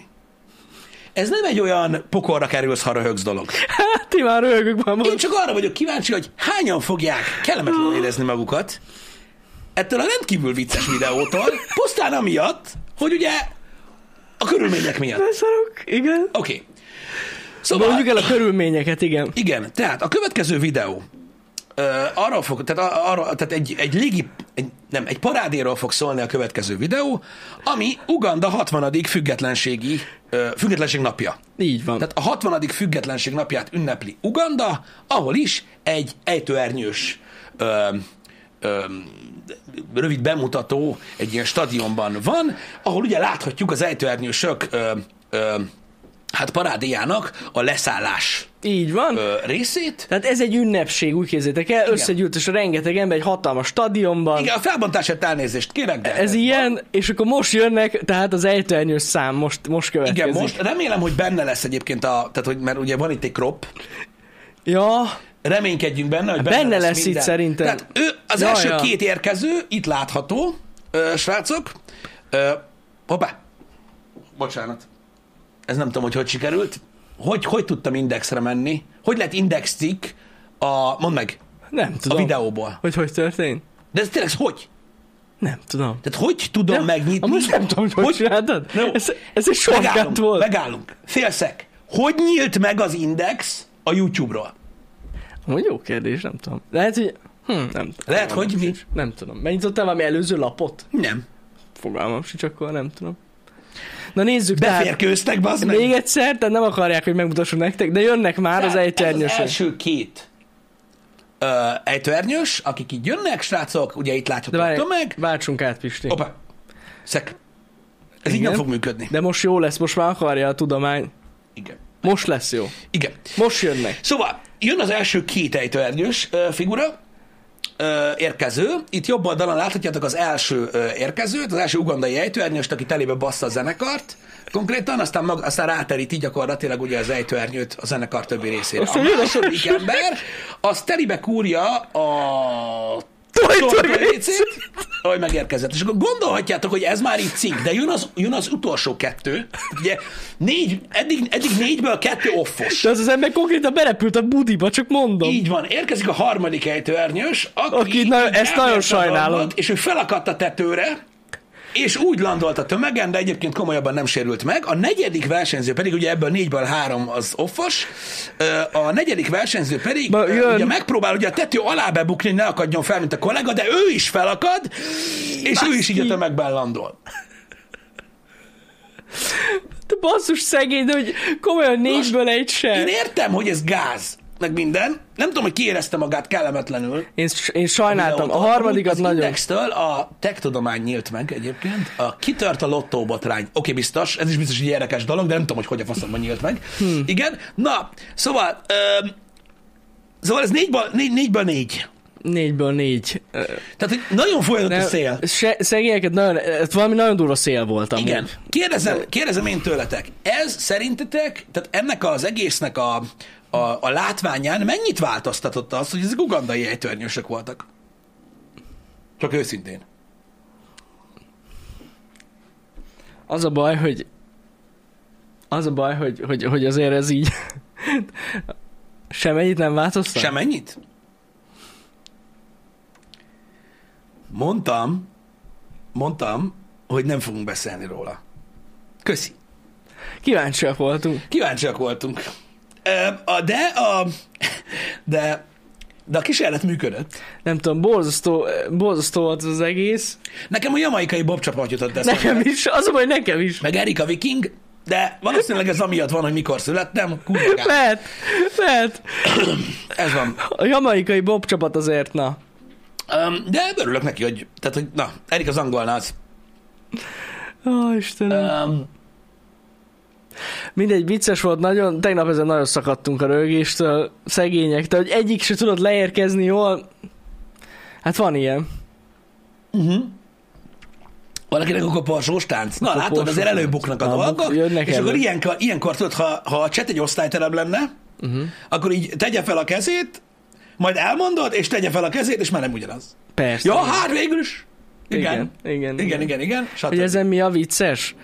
Ez nem egy olyan pokorra kerülsz, ha röhögsz dolog.
Hát ti már röhögök már
Én
most.
csak arra vagyok kíváncsi, hogy hányan fogják kellemetlenül érezni magukat ettől a rendkívül vicces videótól, pusztán amiatt, hogy ugye a körülmények miatt.
Beszarok, igen.
Oké. Okay. Szóval...
Mondjuk el a körülményeket, igen.
Igen, tehát a következő videó ö, arról fog, tehát, a- arra, tehát egy, egy légi, egy, nem, egy parádéról fog szólni a következő videó, ami Uganda 60. függetlenségi, ö, függetlenség napja.
Így van.
Tehát a 60. függetlenség napját ünnepli Uganda, ahol is egy ejtőernyős ö, ö, rövid bemutató egy ilyen stadionban van, ahol ugye láthatjuk az ejtőernyősök ö, ö, hát parádéjának a leszállás
Így van.
ö, részét.
Tehát ez egy ünnepség, úgy képzétek el, összegyűlt és rengeteg ember egy hatalmas stadionban.
Igen, a felbontásért elnézést kérek, de...
Ez ilyen, és akkor most jönnek, tehát az ejtőernyős szám most, most következik.
Igen, most remélem, hogy benne lesz egyébként a... Tehát, hogy, mert ugye van itt egy crop.
Ja,
Reménykedjünk benne, hogy benne,
Hát benne
lesz,
lesz itt
minden.
szerintem.
Tehát ő, az
Ja,
első
ja.
két érkező itt látható, ö, srácok. Ö, hoppá. Bocsánat. Ez nem tudom, hogy hogy sikerült. Hogy, hogy tudtam indexre menni? Hogy lett index cikk a... Mondd meg,
nem
a
tudom.
videóból.
Hogy hogy történt?
De ez tényleg ez hogy?
Nem tudom.
Tehát hogy tudom
Nem,
megnyitni?
Amúgy nem tudom, hogy hogy csináltad.
No.
Ez, ez egy shortcut
megállunk,
volt.
megállunk. Félszek. Hogy nyílt meg az Index a YouTube-ról?
Amúgy jó kérdés, nem tudom. Lehet, hogy... Hm, nem tudom.
Lehet,
Fogalmam
hogy mi?
sincs. Nem tudom. Megnyitottál valami előző lapot?
Nem.
Fogalmam sincs, akkor nem tudom. Na nézzük, tehát
Beférkőztek, bazd meg.
még egyszer, tehát nem akarják, hogy megmutassuk nektek, de jönnek már az
Tehát Ez az
ejtőernyősök.
első két ö, ejtőernyős, akik így jönnek, srácok, ugye itt
De
látható a
várj,
tömeg.
váltsunk át, Pisti.
Opa, szek. Ez így
Igen.
nem fog működni.
De most jó lesz, most már akarja a tudomány.
Igen.
Most lesz jó.
Igen.
Most jönnek.
Szóval jön az első két ejtőernyős ö, figura, ö, érkező. Itt jobb oldalon láthatjátok az első ö, érkezőt, az első ugandai ejtőernyőst, aki telébe bassza a zenekart. Konkrétan, aztán, mag, aztán ráteríti gyakorlatilag ugye az ejtőernyőt a zenekar többi részére. A
jön a
második ember, az telibe kúrja a
Tojtorgécét!
hogy megérkezett. És akkor gondolhatjátok, hogy ez már így cikk, de jön az, jön az utolsó kettő. Ugye négy, eddig, eddig négyből kettő offos.
De az az ember konkrétan berepült a budiba, csak mondom.
Így van, érkezik a harmadik ejtőernyős, aki,
Aki na- ezt
elmérte
nagyon sajnálom.
a dolgot, és ő felakadt a tetőre, és úgy landolt a tömegen, de egyébként komolyabban nem sérült meg. A negyedik versenyző pedig, ugye ebből négyből három az offos, ö, a negyedik versenyző pedig
Ma
ö,
jön.
ugye megpróbál ugye a tető alá bebukni, hogy ne akadjon fel, mint a kollega, de ő is felakad, és ő is így a tömegben landol.
De basszus szegény, de hogy komolyan négyből egy
Én
sem.
értem, hogy ez gáz, meg minden. Nem tudom, hogy kiérezte magát kellemetlenül.
Én, én sajnáltam. A
videót.
harmadikat
az
nagyon.
Indextől a tech tudomány nyílt meg egyébként. A kitört a lottóbotrány. Oké, okay, biztos, ez is biztos egy érdekes dolog, de nem tudom, hogy hogy a faszomban nyílt meg. Hmm. Igen, na, szóval, öm, szóval ez négyből, négy, négyből négy.
Négyből négy. Ö,
Tehát, hogy nagyon folyadott a
nem,
szél.
Se, szegényeket nagyon, ez valami nagyon durva szél volt amúgy.
Igen. Kérdezem, kérdezem én tőletek, ez szerintetek, tehát ennek az egésznek a, a, a látványán mennyit változtatott az, hogy ezek ugandai ejtőernyősök voltak? Csak őszintén.
Az a baj, hogy az a baj, hogy, hogy, hogy azért ez így semennyit nem változtat?
Semennyit? Mondtam, mondtam, hogy nem fogunk beszélni róla. Köszi.
Kíváncsiak voltunk.
Kíváncsiak voltunk. Ö, a- De a, de, de a kísérlet működött.
Nem tudom, borzasztó, borzasztó volt az egész.
Nekem a jamaikai bobcsapat jutott eszembe.
Nekem is, az a baj, nekem is.
Meg Erika Viking, de valószínűleg ez amiatt van, hogy mikor születtem. Kurva gáz.
Lehet, lehet.
Ez van.
A jamaikai Bob csapat azért, na.
Öm, De örülök neki, hogy, tehát, hogy na, Erika az angol az.
Ó, Istenem.
Öm,
Mindegy, vicces volt nagyon, tegnap ezen nagyon szakadtunk a rögéstől, szegények, de hogy egyik se tudott leérkezni jól. Hát van ilyen.
Valakinek akkor parsós tánc. Na,
Akkor
látod,
parsós
azért
tánc.
előbuknak a
Na, buk-
dolgok,
jönnek
és
elő.
akkor ilyenkor, ilyenkor tudod, ha, ha a chat egy osztályterem lenne,
Mhm.
uh-huh. akkor így tegye fel a kezét, majd elmondod, és tegye fel a kezét, és már nem ugyanaz.
Persze.
Ja, hát végül is. Igen.
igen, igen.
Igen, igen, igen.
Hogy
stb.
ezen mi a vicces?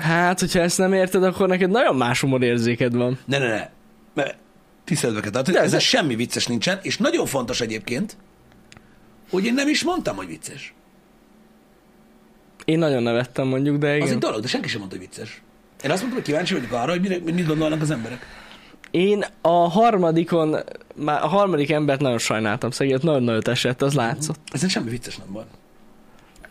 Hát, hogyha ezt nem érted, akkor neked nagyon más humorérzéked van.
Ne, ne, ne. Mert Tiszteletbe kell tartani,
De,
ezzel
de-
semmi vicces nincsen, és nagyon fontos egyébként, hogy én nem is mondtam, hogy vicces.
Én nagyon nevettem mondjuk, de
Az
igen.
egy dolog, de senki sem mondta, hogy vicces. Én azt mondtam, hogy kíváncsi vagyok arra, hogy mire, mit gondolnak az emberek.
Én a harmadikon, már a harmadik embert nagyon sajnáltam, szegélyet nagyon nagyot esett, az látszott.
Ezen semmi vicces nem van.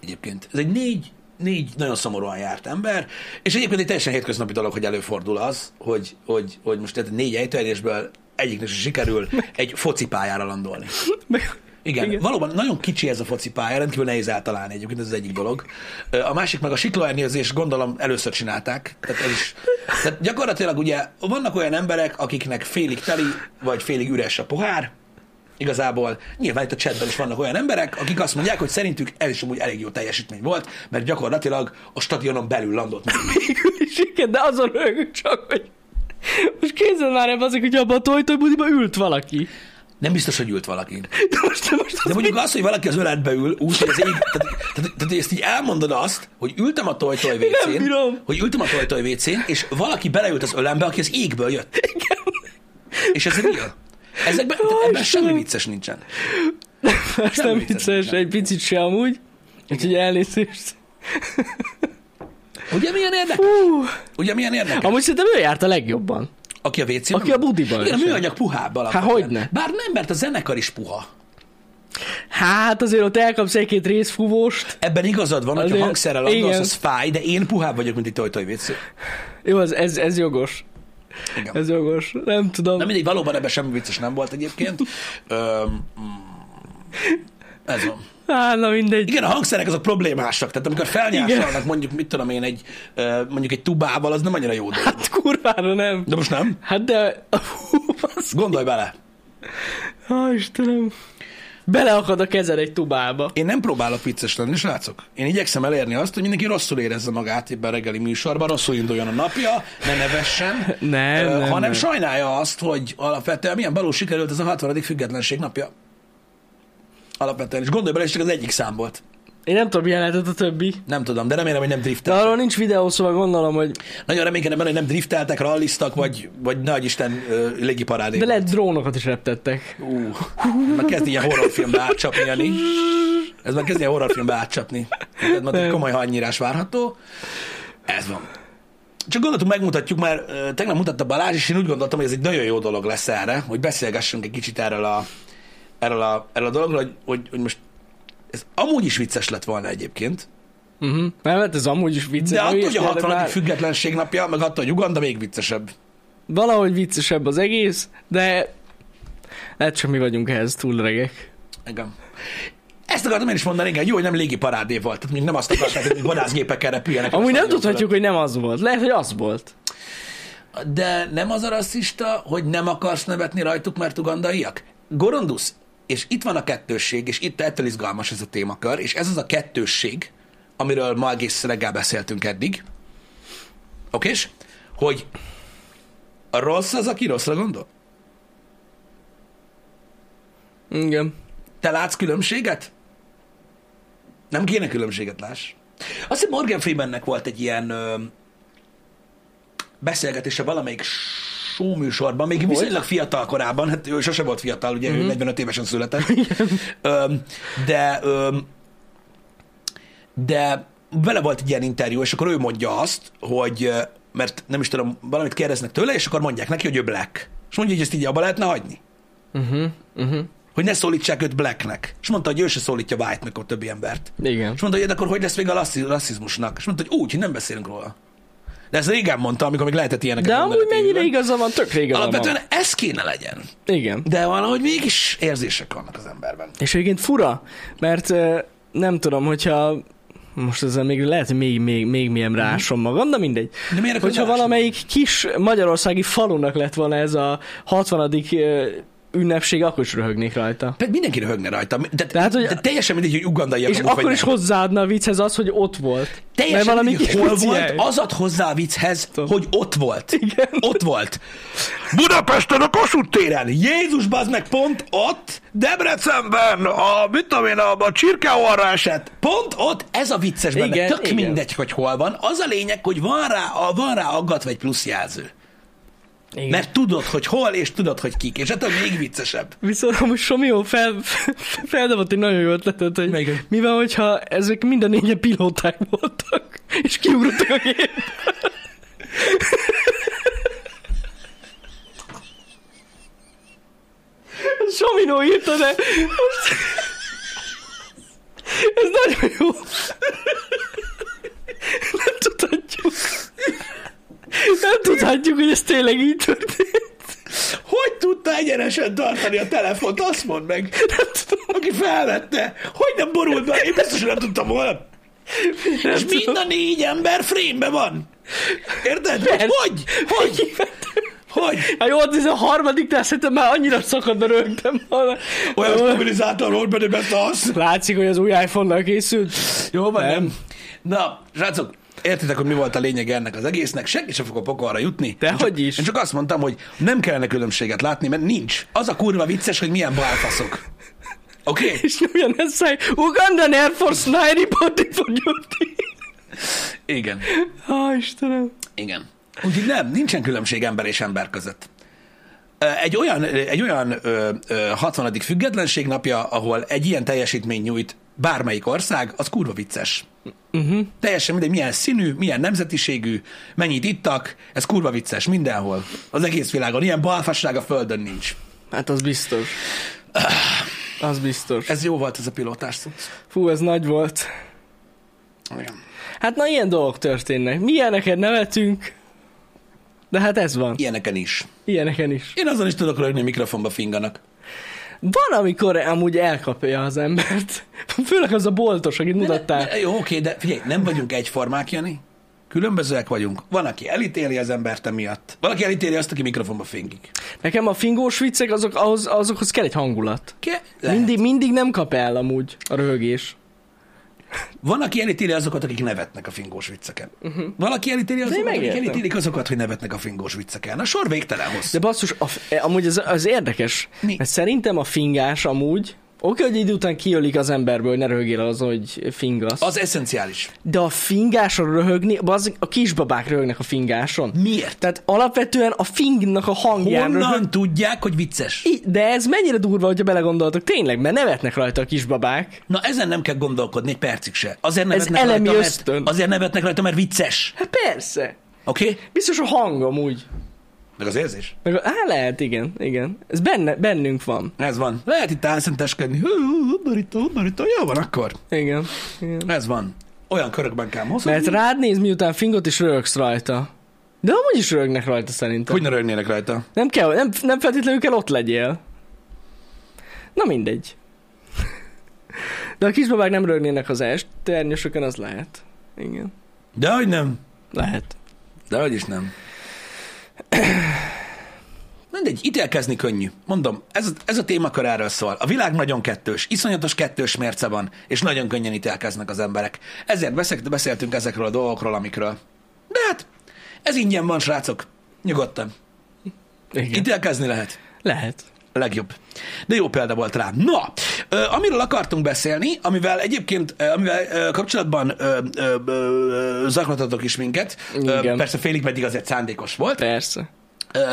Egyébként. Ez egy négy, négy nagyon szomorúan járt ember, és egyébként egy teljesen hétköznapi dolog, hogy előfordul az, hogy, hogy, hogy most tehát négy ejtőerésből egyiknek sem sikerül egy focipályára landolni. Igen,
Igen.
Igen, valóban nagyon kicsi ez a focipálya, rendkívül nehéz eltalálni egyébként, ez az egyik dolog. Ö, A másik meg a siklóernyőzés gondolom először csinálták, tehát ez is. Tehát gyakorlatilag ugye vannak olyan emberek, akiknek félig teli, vagy félig üres a pohár, igazából nyilván itt a chatben is vannak olyan emberek, akik azt mondják, hogy szerintük ez is amúgy elég jó teljesítmény volt, mert gyakorlatilag a stadionon belül landolt.
Végül is igen, de azon rögök csak, hogy most kézzel már ebben azok, hogy abban a tojtojbudiba ült valaki.
Nem biztos, hogy ült valaki.
De most, de most az
De mondjuk az, hogy valaki az öletbe ül, úgy, hogy az ég, tehát, tehát, tehát, hogy ezt így elmondod azt, hogy ültem a tojtoj
Nem
vécén,
bírom.
hogy ültem a tojtoj vécén, és valaki beleült az ölembe, aki az égből jött. Igen. És ez real. Ezekben, tehát ebben
Istenem.
semmi vicces nincsen.
Persze nem
vicces
vicces,
nincsen.
egy picit se amúgy. Úgyhogy elnézést.
Ugye milyen érdekes?
Hú.
Ugye milyen érdekes?
Amúgy szerintem ő járt a legjobban.
Aki a wc
Aki a budiban.
Igen, a
sem.
műanyag puhább alapvetően.
hogyne.
Bár nem, mert a zenekar is puha.
Hát azért ott elkapsz egy-két részfúvóst.
Ebben igazad van, hogy a
Azért-
hangszerrel landolsz,
igen.
az fáj, de én puhább vagyok, mint egy tojtoj vécé.
Jó, ez, ez, ez jogos.
Igen.
Ez jogos. Nem tudom.
Na mindegy, valóban ebben semmi vicces nem volt egyébként. Öm, mm, ez van.
Á, Hát, na mindegy.
Igen, a hangszerek azok problémásak. Tehát amikor felnyásolnak mondjuk, mit tudom én, egy, ö, mondjuk egy tubával, az nem annyira jó dolog.
Hát kurvára nem.
De most nem?
Hát de... Hú, basz.
Gondolj bele.
Á, Istenem. Beleakad a kezed egy tubába.
Én nem próbálok vicces lenni, srácok. Én igyekszem elérni azt, hogy mindenki rosszul érezze magát ebben a reggeli műsorban, rosszul induljon a napja, ne nevessen,
Nem,
ö,
nem,
hanem
nem.
sajnálja azt, hogy alapvetően milyen balul sikerült ez a 60. függetlenség napja. Alapvetően, és gondolj bele, és csak az egyik szám volt.
Én nem tudom, milyen lehetett a többi.
Nem tudom, de remélem, hogy nem driftel.
De arról nincs videó, szóval gondolom, hogy...
Nagyon reménykedem benne, hogy nem drifteltek, ralliztak, vagy, vagy nagy Isten ö, légiparádé.
De lehet drónokat is reptettek.
Ú, már kezd ilyen horrorfilmbe átcsapni, Jani. Ez már kezd ilyen horrorfilmbe átcsapni. Tehát már egy komoly hanyírás várható. Ez van. Csak gondoltuk, megmutatjuk, mert ö, tegnap mutatta Balázs, és én úgy gondoltam, hogy ez egy nagyon jó dolog lesz erre, hogy beszélgessünk egy kicsit erről a, erről a, erről a dologról, hogy, hogy, hogy most ez amúgy is vicces lett volna egyébként,
Uh-huh. Nem, hát ez amúgy is vicces.
de
Nem
attól, hogy a
ilyesmi, de
60.
bár-
függetlenség napja, meg attól, hogy Uganda még viccesebb.
Valahogy viccesebb az egész, de lehet csak mi vagyunk ehhez túl regek.
Igen. Ezt akartam én is mondani, igen, jó, hogy nem légi parádé volt, tehát még nem azt akarták, hogy vadászgépekkel repüljenek.
Amúgy
Azt
nem
nagyon
tudhatjuk, hogy nem az volt. Lehet, hogy az volt.
tudom. De nem az a rasszista, hogy nem akarsz nevetni rajtuk, mert ugandaiak? Gorondusz, és itt van a kettősség, és itt ettől izgalmas ez a témakör, és ez az a kettősség, amiről ma egész reggel beszéltünk eddig. Okés? Hogy a rossz az, aki rosszra gondol?
Igen.
Te látsz különbséget? Nem kéne különbséget láss. Azt hiszem Morgan Freemannek volt egy ilyen ö, beszélgetése valamelyik show műsorban, még volt? viszonylag fiatal korában, hát ő sose volt fiatal, ugye mm-hmm. ő 45 évesen született, ö, de ö, de vele volt egy ilyen interjú, és akkor ő mondja azt, hogy ö, mert nem is tudom, valamit kérdeznek tőle, és akkor mondják neki, hogy ő black. És mondja, hogy ezt így abba lehetne hagyni
Uh-huh. Uh-huh.
hogy ne szólítsák őt Blacknek. És mondta, hogy ő se szólítja White-nak a többi embert.
Igen.
És mondta, hogy de akkor hogy lesz vége a rasszi- rasszizmusnak? És mondta, hogy úgy, hogy nem beszélünk róla. De ezt régen mondta, amikor még lehetett ilyeneket
De
mondani
amúgy
a
mennyire
tévében.
igaza van, tök igaza van.
Alapvetően ez kéne legyen.
Igen.
De valahogy mégis érzések vannak az emberben.
És egyébként fura, mert ö, nem tudom, hogyha most ezzel még lehet, hogy még, még, még milyen rásom magam, de mindegy.
Mhm. De miért akarod
Hogyha
elásni?
valamelyik kis magyarországi falunak lett volna ez a 60. ö, ünnepség, akkor is röhögnék rajta.
Pedig mindenki röhögne rajta. De,
Tehát, hogy-
de teljesen mindegy, hogy ugandaiak
És
amúgy, vagy
akkor is
nem.
hozzáadna a vicchez az, hogy ott volt.
Teljesen
Mert valami
mindegy,
kis
hol volt,
speciális.
az ad hozzá a vicchez,
Tudom.
hogy ott volt.
Igen.
Ott volt. Budapesten a Kossuth téren. Jézus, bazd meg, pont ott. Debrecenben, a, mit tudom én, a, a csirkeorra esett. Pont ott, ez a vicces benne.
Igen,
Tök
igen.
mindegy, hogy hol van. Az a lényeg, hogy van rá, a, van rá aggat vagy plusz jelző.
Igen.
Mert tudod, hogy hol, és tudod, hogy kik. És ettől még viccesebb.
Viszont amúgy Somió fel, feldobott egy nagyon jó ötletet, hogy
Melyiket?
mi van, hogyha ezek mind a négyen pilóták voltak, és kiugrottak a gép. Sominó írta, de most... Ez nagyon jó. Nem tudhatjuk. Nem tudhatjuk, hogy ez tényleg így történt.
Hogy tudta egyenesen tartani a telefont? Azt mondd meg. Aki felvette. Hogy nem borult be? Én biztos, hogy nem tudtam volna.
Nem
És mind a négy ember frémbe van. Érted? Hogy? Hogy? Hogy? hogy?
Hát jó, ez a harmadik, de szerintem már annyira szakadna rögtem volna.
Olyan stabilizátor volt benne, mert az.
Látszik, hogy az új iPhone-nal készült.
Jó van, nem? Na, srácok, értitek, hogy mi volt a lényeg ennek az egésznek? Senki sem fog a pokolra jutni.
De
Én csak-
hogy is?
Én csak azt mondtam, hogy nem kellene különbséget látni, mert nincs. Az a kurva vicces, hogy milyen balfaszok. Oké? Okay?
És nyomjan eszáj, Ugandan Air Force 90 body for duty.
Igen.
Á, Istenem.
Igen. Úgyhogy nem, nincsen különbség ember és ember között. Egy olyan, egy olyan ö, ö, 60. függetlenség napja, ahol egy ilyen teljesítmény nyújt bármelyik ország, az kurva vicces. Uh-huh. Teljesen mindegy, milyen színű, milyen nemzetiségű, mennyit ittak, ez kurva vicces mindenhol. Az egész világon. Ilyen balfasság a földön nincs.
Hát az biztos. Az biztos.
Ez jó volt ez a pilótás szó.
Fú, ez nagy volt.
Igen.
Hát na, ilyen dolgok történnek. Mi ilyeneket nevetünk, de hát ez van.
Ilyeneken is.
Ilyeneken is.
Én azon is tudok rögni, mikrofonba finganak.
Van, amikor amúgy elkapja az embert. Főleg az a boltos, akit mutattál.
Ne, jó, oké, de figyelj, nem vagyunk egyformák, Jani. Különbözőek vagyunk. Van, aki elítéli az embert emiatt. Van, aki elítéli azt, aki mikrofonba fingik.
Nekem a fingós viccek, azok, ahhoz, azokhoz kell egy hangulat.
Ke- Mind-
Mindig, mindig nem kap el amúgy a röhögés.
Van, aki elítéli azokat, akik nevetnek a fingós vicceken. Uh-huh. Van, aki elítéli azokat, akik
Mhm. megértem.
elítélik azokat, hogy nevetnek a fingós vicceken. A sor végtelen hosszú.
De basszus, a, e, amúgy ez, az érdekes,
Mi?
Mi? mert szerintem a fingás amúgy, oké, hogy egy idő után kiölik az emberből, hogy ne röhögél azon, hogy fingasz.
Az eszenciális.
De a fingáson röhögni, az a kisbabák röhögnek a fingáson.
Miért?
Tehát alapvetően a fingnak a hangján röhög...
Honnan tudják, hogy vicces?
I- De ez mennyire durva, hogyha belegondoltok, tényleg, mert nevetnek rajta a kisbabák.
Na ezen nem kell gondolkodni egy percig se. Azért
Ez
nevetnek,
elemi
rajta,
ösztön.
mert, azért nevetnek rajta, mert vicces.
Hát persze.
Oké? Okay?
Biztos a hangom úgy.
Meg az érzés.
Meg a... Á, lehet, igen, igen. Ez benne, bennünk van.
Ez van. Lehet itt álszenteskedni. Hú, Barító, barító, jó van akkor.
Igen. igen.
Ez van. Olyan körökben kell hozni.
Mert rád néz, miután fingot is rögsz rajta. De amúgy is rögnek rajta szerintem.
Hogy
Hogy...
ne rögnének rajta?
Nem kell, nem, nem feltétlenül kell ott legyél. Na mindegy. De a kisbabák nem rögnének az esternyősökön, az lehet. Igen.
De hogy nem.
Lehet.
De hogy is nem. Mindegy, ítélkezni könnyű. Mondom, ez, a- ez a témakör erről szól. A világ nagyon kettős, iszonyatos kettős mérce van, és nagyon könnyen ítélkeznek az emberek. Ezért beszek, beszéltünk ezekről a dolgokról, amikről. De hát, ez ingyen van, srácok. Nyugodtan.
Igen. Ide...
Ítélkezni lehet.
Lehet.
A legjobb. De jó példa volt rá. Na, ö, amiről akartunk beszélni, amivel egyébként, ö, amivel ö, kapcsolatban ö, ö, ö, zaklatotok is minket, ö,
Igen.
persze félig pedig azért szándékos volt,
Persze.
Ö,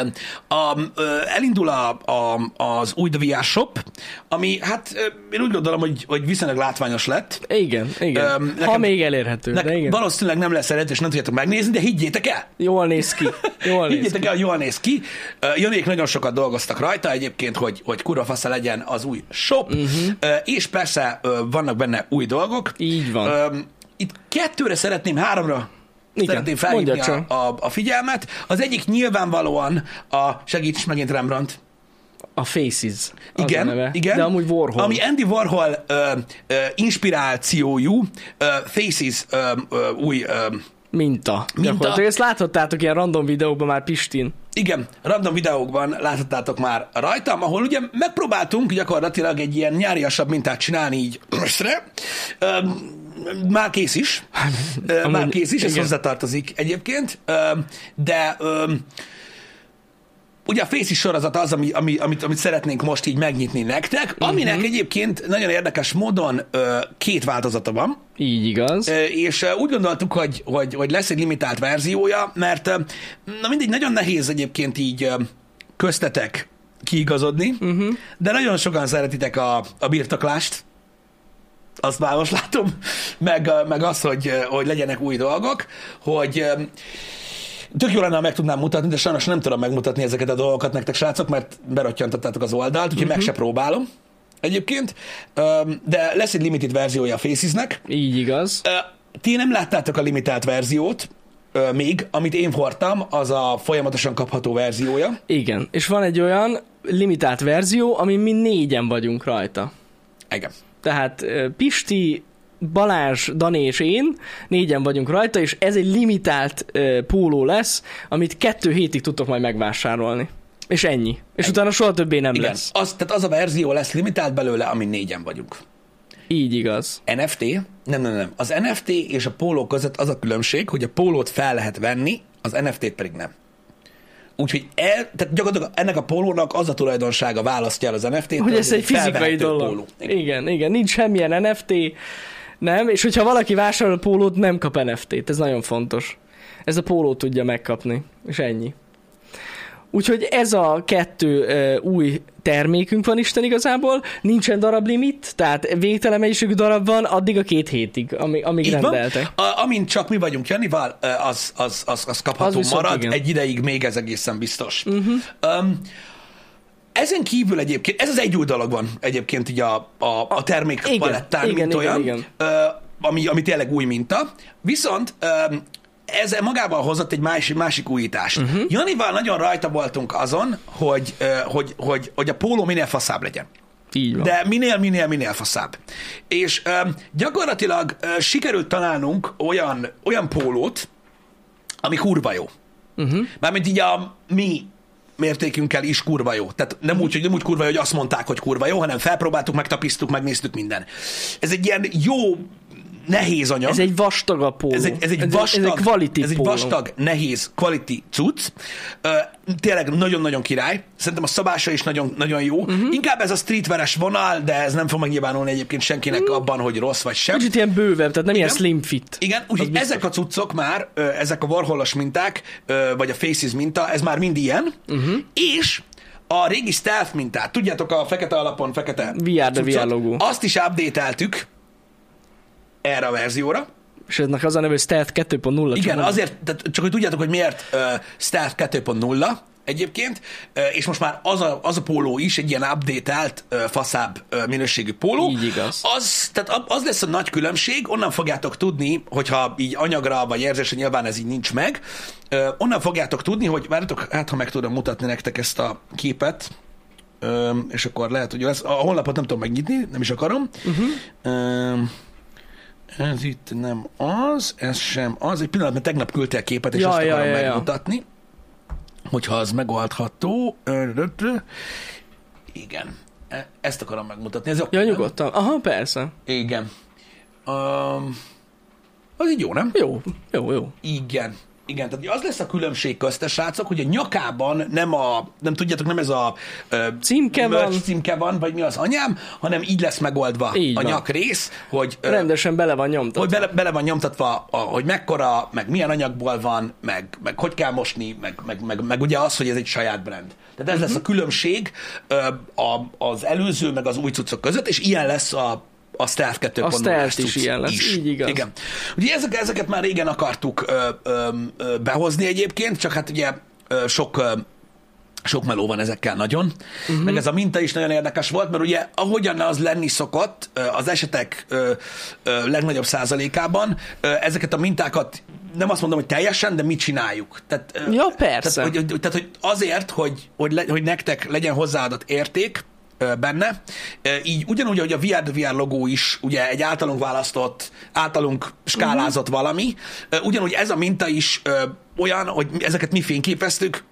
a, ö, elindul a, a, az új The VR Shop, ami hát ö, én úgy gondolom, hogy, hogy viszonylag látványos lett.
Igen, igen.
Öm,
Öm,
nekem-
Ha még elérhető,
Nek,
de igen. Val-
valószínűleg nem lesz eredet, és nem tudjátok megnézni, de higgyétek el!
jól néz ki. Jól néz ki.
Higgyétek el, hogy jól néz ki. Ö, Janék nagyon sokat dolgoztak rajta egyébként, hogy, hogy kurva fasza legyen az új shop,
Mhm.
uh-huh. és persze ö, vannak benne új dolgok.
Így van.
Ö, Itt kettőre szeretném, háromra
Igen,
szeretném felhívni
mondja
a,
csak.
a, a figyelmet. Az egyik nyilvánvalóan a, segíts megint Rembrandt,
A Faces. Az
igen,
a neve.
igen.
De amúgy Warhol.
Ami Andy Warhol ö, ö, inspirációjú ö, Faces ö, ö, új ö,
Minta. Minta. Ezt láthattátok ilyen random videókban már Pistin.
Igen, random videókban láthattátok már rajtam, ahol ugye megpróbáltunk gyakorlatilag egy ilyen nyáriasabb mintát csinálni így összre. Öm, Már kész is. Ö, Már
Amúgy-
kész is, ez
igen.
hozzátartozik egyébként. Öm, De öm, ugye a Faces sorozat az, ami, ami, amit, amit szeretnénk most így megnyitni nektek,
Mhm.
aminek egyébként nagyon érdekes módon ö, két változata van.
Így igaz.
Ö, és ö, úgy gondoltuk, hogy, hogy, hogy lesz egy limitált verziója, mert ö, na mindegy, nagyon nehéz egyébként így ö, köztetek kiigazodni, uh-huh. de nagyon sokan szeretitek a, a birtoklást, azt már most látom, meg, ö, meg az, hogy, ö, hogy legyenek új dolgok, hogy ö, tök jó lenne, ha meg tudnám mutatni, de sajnos nem tudom megmutatni ezeket a dolgokat nektek, srácok, mert berottyantattátok az oldalt, úgyhogy meg se próbálom egyébként, Ö, de lesz egy limited verziója a Facesnek,
Így igaz.
Ö, ti nem láttátok a limitált verziót, ö, még, amit én hordtam, az a folyamatosan kapható verziója.
Igen. És van egy olyan limitált verzió, ami mi négyen vagyunk rajta.
Igen.
Tehát ö, Pisti, Balázs, Dani és én négyen vagyunk rajta, és ez egy limitált ö, póló lesz, amit kettő hétig tudtok majd megvásárolni. És ennyi. És utána soha többé nem
Igen.
lesz.
Az, tehát az a verzió lesz limitált belőle, ami négyen vagyunk.
Így igaz.
NFT? Nem, nem, nem. Az NFT és a póló között az a különbség, hogy a pólót fel lehet venni, az NFT-t pedig nem. Úgyhogy el, tehát gyakorlatilag ennek a pólónak az a tulajdonsága választja el az NFT-t.
Hogy ez egy fizikai
felvehető
dolog.
póló. Igen.
Igen, igen, nincs semmilyen NFT, nem, és hogyha valaki vásárol pólót, nem kap NFT-t, ez nagyon fontos. Ez a pólót tudja megkapni, és ennyi. Úgyhogy ez a kettő ö, új termékünk van Isten igazából, nincsen darab limit, tehát végtelen mennyiségű darab van addig a két hétig, ami, amíg
Így van.
rendeltek.
A, amint csak mi vagyunk Janival, ö, az, az, az, az kapható
Az
az
viszont
marad. Igen.
igen. Mhm.
Egy ideig még ez egészen biztos. Uh-huh. Um, ezen kívül egyébként, ez az egy új dolog van egyébként így a, a, a termék
Igen,
palettán,
igen,
mint
igen,
olyan,
igen.
Ö, ami, ami tényleg új minta. Viszont um, ez magával hozott egy más, másik újítást.
Mhm.
Uh-huh. Janival nagyon rajta voltunk azon, hogy, ö, hogy, hogy, hogy a póló minél faszább legyen.
Így van.
De minél, minél, minél faszább. És öm, gyakorlatilag ö, sikerült találnunk olyan, olyan pólót, ami kurva jó.
Mhm.
Uh-huh. Mármint így a mi mértékünkkel is kurva jó. Tehát nem úgy, hogy nem úgy kurva jó, hogy azt mondták, hogy kurva jó, hanem felpróbáltuk, megtapisztuk, megnéztük minden. Ez egy ilyen jó, nehéz anyag.
Ez egy vastag a póló.
Ez egy, ez egy vastag,
ez egy quality
ez egy
póló.
vastag nehéz quality cucc. Ö, tényleg nagyon-nagyon király. Szerintem a szabása is nagyon, nagyon jó. Uh-huh. Inkább ez a streetweres vonal, de ez nem fog megnyilvánulni egyébként senkinek uh-huh. abban, hogy rossz vagy sem.
Kicsit ilyen bővebb, tehát nem ilyen
Igen.
slim fit.
Igen, úgyhogy ezek a cuccok már, ö, ezek a Warholos minták, ö, vagy a Faces minta, ez már mind ilyen. Uh-huh. És a régi stealth mintát, tudjátok a fekete alapon fekete
VR, de
cuccot?
VR logó.
azt is update-eltük erre a verzióra.
És ennek az a neve, hogy Stealth 2.0. csak
Igen,
nem-
azért, tehát csak hogy tudjátok, hogy miért uh, Stealth 2.0 egyébként, uh, és most már az a, az a póló is egy ilyen update-elt, uh, faszább uh, minőségű póló.
Így igaz.
Az, tehát ab- az lesz a nagy különbség, onnan fogjátok tudni, hogyha így anyagra vagy érzésre nyilván ez így nincs meg, uh, onnan fogjátok tudni, hogy várjatok, hát ha meg tudom mutatni nektek ezt a képet, Öm, és akkor lehet, hogy lesz. A honlapot nem tudom megnyitni, nem is akarom.
Mhm.
Uh-huh. Öm, ez itt nem az, ez sem az. Egy pillanat, mert tegnap küldtél képet, és
Ja,
azt
ja,
akarom
ja, ja.
megmutatni. Hogyha az megoldható. Örödö. Igen. E- Ezt akarom megmutatni. Ez oké,
Ja,
nem?
nyugodtan. Aha, persze.
Igen. Um, az így jó, nem?
Jó, jó, jó.
Igen. Igen, tehát az lesz a különbség köztes, srácok, hogy a nyakában nem a, nem tudjátok, nem ez a ö,
Címke
merch
van.
címke van, vagy mi az anyám, hanem így lesz megoldva
Így
a
van.
nyakrész, hogy, ö,
Rendesen bele van nyomtatva.
hogy bele, bele van nyomtatva, a, hogy mekkora, meg milyen anyagból van, meg, meg hogy kell mosni, meg, meg, meg, meg ugye az, hogy ez egy saját brand. Tehát ez
Mhm.
lesz a különbség ö, a, az előző, meg az új cuccok között, és ilyen lesz a, a Stealth 2.0
A Stealth is
cucc
ilyen lesz, így igaz.
Igen. Ugye ezek, ezeket már régen akartuk ö, ö, ö, behozni egyébként, csak hát ugye ö, sok ö, sok meló van ezekkel nagyon.
Mhm.
Uh-huh. Meg ez a minta is nagyon érdekes volt, mert ugye ahogyan az lenni szokott, ö, az esetek ö, ö, legnagyobb százalékában ö, ezeket a mintákat nem azt mondom, hogy teljesen, de mit csináljuk. Tehát, ö,
Ja, persze.
Tehát, hogy, hogy- tehát, hogy azért, hogy, hogy, le, hogy nektek legyen hozzáadott érték, ö, benne. Ö, Így ugyanúgy, ahogy a VR the VR logó is ugye egy általunk választott, általunk skálázott
Mhm.
uh-huh. valami, ö, ugyanúgy ez a minta is ö, olyan, hogy mi- ezeket mi fényképeztük,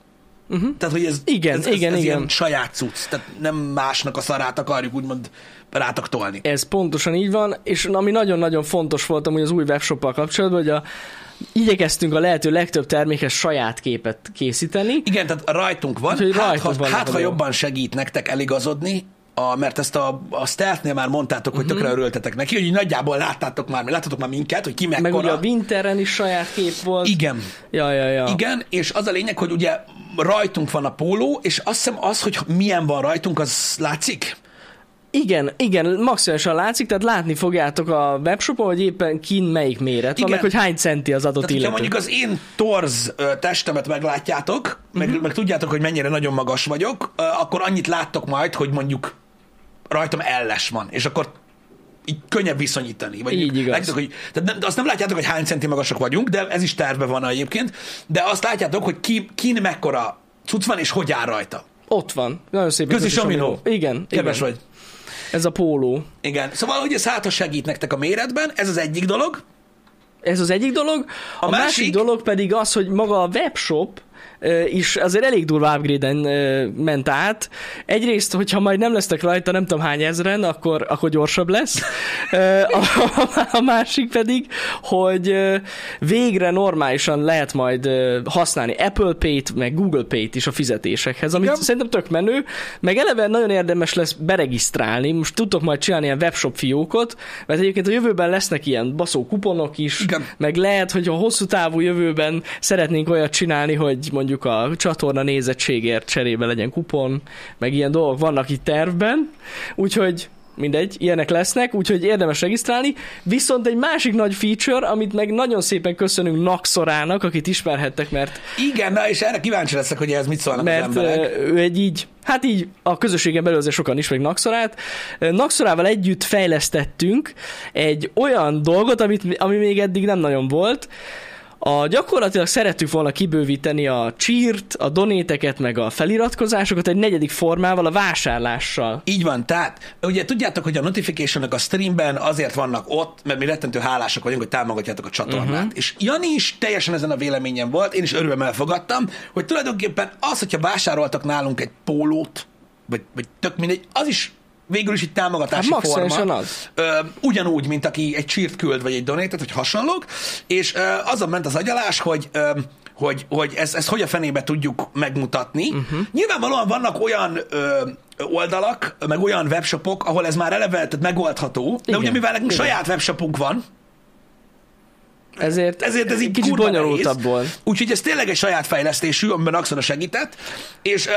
Hm? tehát, hogy ez,
Igen,
ez, ez,
igen,
ez
igen.
ilyen saját cucc, tehát nem másnak a szarát akarjuk úgymond rátok tolni.
Ez pontosan így van, és ami nagyon-nagyon fontos volt amúgy az új webshoppal kapcsolatban, hogy a, igyekeztünk a lehető legtöbb termékhez saját képet készíteni.
Igen, tehát rajtunk van,
Úgyhogy
hát,
rajtunk
ha,
vannak
hát
a
ha
dolgok.
jobban segít nektek eligazodni, a, mert ezt a, a stealthnél már mondtátok, hogy uh-huh.
Mhm.
tökre örültetek neki, hogy így nagyjából láttátok már, láttatok már minket, hogy ki mekkora.
Meg ugye a Winteren is saját kép volt.
Igen.
Ja, ja, ja.
Igen, és az a lényeg, hogy ugye rajtunk van a póló, és azt hiszem az, hogy milyen van rajtunk, az látszik?
Igen, igen, maximálisan látszik, tehát látni fogjátok a webshopon, hogy éppen kin melyik méret van,
Igen.
meg hogy hány centi az adott
Tehát, hogyha
illető.
mondjuk az én torz ö, testemet meglátjátok, uh-huh.
Mhm.
meg, meg tudjátok, hogy mennyire nagyon magas vagyok, ö, akkor annyit láttok majd, hogy mondjuk rajtam elles van, és akkor így könnyebb viszonyítani. Vagy
Így
mondjuk
igaz.
Látjátok, hogy, tehát nem, azt nem látjátok, hogy hány centi magasak vagyunk, de ez is terve van egyébként, de azt látjátok, hogy ki, kin mekkora cucc van, és hogy áll rajta.
Ott van. Nagyon szép.
Közi Saminó.
Igen,
Kedves
igen.
vagy.
Ez a póló.
Igen. Szóval, hogy ez hátra segít nektek a méretben, ez az egyik dolog.
Ez az egyik dolog. A, a másik...
másik
másik dolog pedig az, hogy maga a webshop ö, is azért elég durva upgrade-en ö, ment át. Egyrészt, hogyha majd nem lesztek rajta nem tudom hány ezren, akkor, akkor gyorsabb lesz. Ö, A, a, a másik pedig, hogy ö, végre normálisan lehet majd ö, használni Apple Pay-t, meg Google Pay-t is a fizetésekhez, amit
Ja.
szerintem tök menő, meg eleve nagyon érdemes lesz beregisztrálni, most tudtok majd csinálni ilyen webshop fiókot, mert egyébként a jövőben lesznek ilyen baszó kuponok is,
Igen.
meg lehet, hogy a hosszú távú jövőben szeretnénk olyat csinálni, hogy mondjuk a csatorna nézettségért cserébe legyen kupon, meg ilyen dolgok vannak itt tervben, úgyhogy mindegy, ilyenek lesznek, úgyhogy érdemes regisztrálni. Viszont egy másik nagy feature, amit meg nagyon szépen köszönünk Naxorának, akit ismerhettek, mert...
Igen, na és erre kíváncsi leszek, hogy ez mit szólnak az
Mert
emberek.
ö, ő egy így, hát így a közösségen belül azért sokan ismerik Naxorát. Ö, Naxorával együtt fejlesztettünk egy olyan dolgot, amit, ami még eddig nem nagyon volt. A gyakorlatilag szerettük volna kibővíteni a csírt, a donéteket, meg a feliratkozásokat egy negyedik formával, a vásárlással.
Így van, tehát ugye tudjátok, hogy a notification a streamben azért vannak ott, mert mi rettentő hálásak vagyunk, hogy támogatjátok a csatornát.
Mhm.
Uh-huh. És Jani is teljesen ezen a véleményen volt, én is örömmel elfogadtam, hogy tulajdonképpen az, hogyha vásároltak nálunk egy pólót, vagy, vagy tök mindegy, az is végül is egy támogatási
Hát maximálisan
forma.
az.
Ö, ugyanúgy, mint aki egy csírt küld, vagy egy donétet, vagy hasonlók, és ö, azon ment az agyalás, hogy ö, hogy, hogy ezt, ezt hogy a fenébe tudjuk megmutatni.
Mhm.
Uh-huh. Nyilvánvalóan vannak olyan ö, oldalak, meg olyan webshopok, ahol ez már eleve tehát megoldható, de
Igen.
ugye mivel nekünk
Igen.
saját webshopunk van,
Ezért,
ezért ez így
kicsit
kurva
bonyolultabb
nehéz.
volt.
Úgyhogy ez tényleg egy saját fejlesztésű, amiben Axona segített, és ö,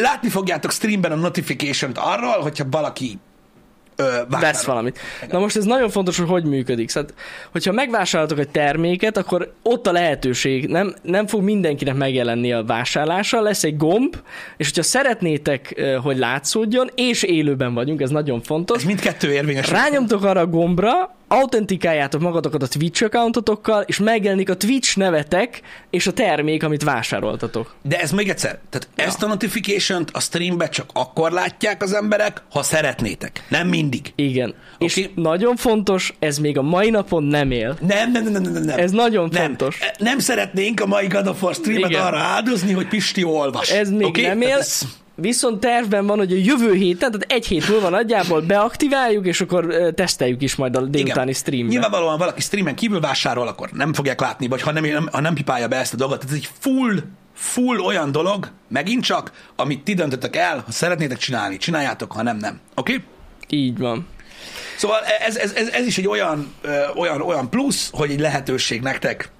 látni fogjátok streamben a notification-t arról, hogyha valaki ö, vásárol.
Vesz valamit. Na most ez nagyon fontos, hogy hogy működik. Szóval, hogyha megvásároltok egy terméket, akkor ott a lehetőség nem, nem fog mindenkinek megjelenni a vásárlása, lesz egy gomb, és hogyha szeretnétek, eh, hogy látszódjon, és élőben vagyunk, ez nagyon fontos,
Ez mindkettő érvényes.
Rányomtok arra a gombra, autentikáljátok magatokat a Twitch accountotokkal, és megjelenik a Twitch nevetek és a termék, amit vásároltatok.
De ez még egyszer, tehát ja. ezt a notification-t a streambe csak akkor látják az emberek, ha szeretnétek. Nem mindig.
Igen. Okay. És
Oké.
nagyon fontos, ez még a mai napon nem él.
Nem, nem, nem, nem, nem, nem.
Ez nagyon
nem. E,
fontos.
Nem szeretnénk a mai God of War streamet
Igen.
Igen. arra áldozni, hogy Pisti olvas.
Ez még
Oké?
okay, nem
Tehát
él.
ez-
Viszont tervben van, hogy a jövő héten, tehát egy hét múlva nagyjából beaktiváljuk, és akkor ö, teszteljük is majd a délutáni streamben.
Nyilvánvalóan valaki streamen kívül vásárol, akkor nem fogják látni, vagy ha nem, nem- ha nem pipálja be ezt a dolgot. Tehát ez egy full, full olyan dolog, megint csak, amit ti döntöttek el, ha szeretnétek csinálni, csináljátok, ha nem, nem. Oké? Okay?
Így van.
Szóval ez, ez, ez, ez is egy olyan, ö, olyan, olyan plusz, hogy egy lehetőség nektek.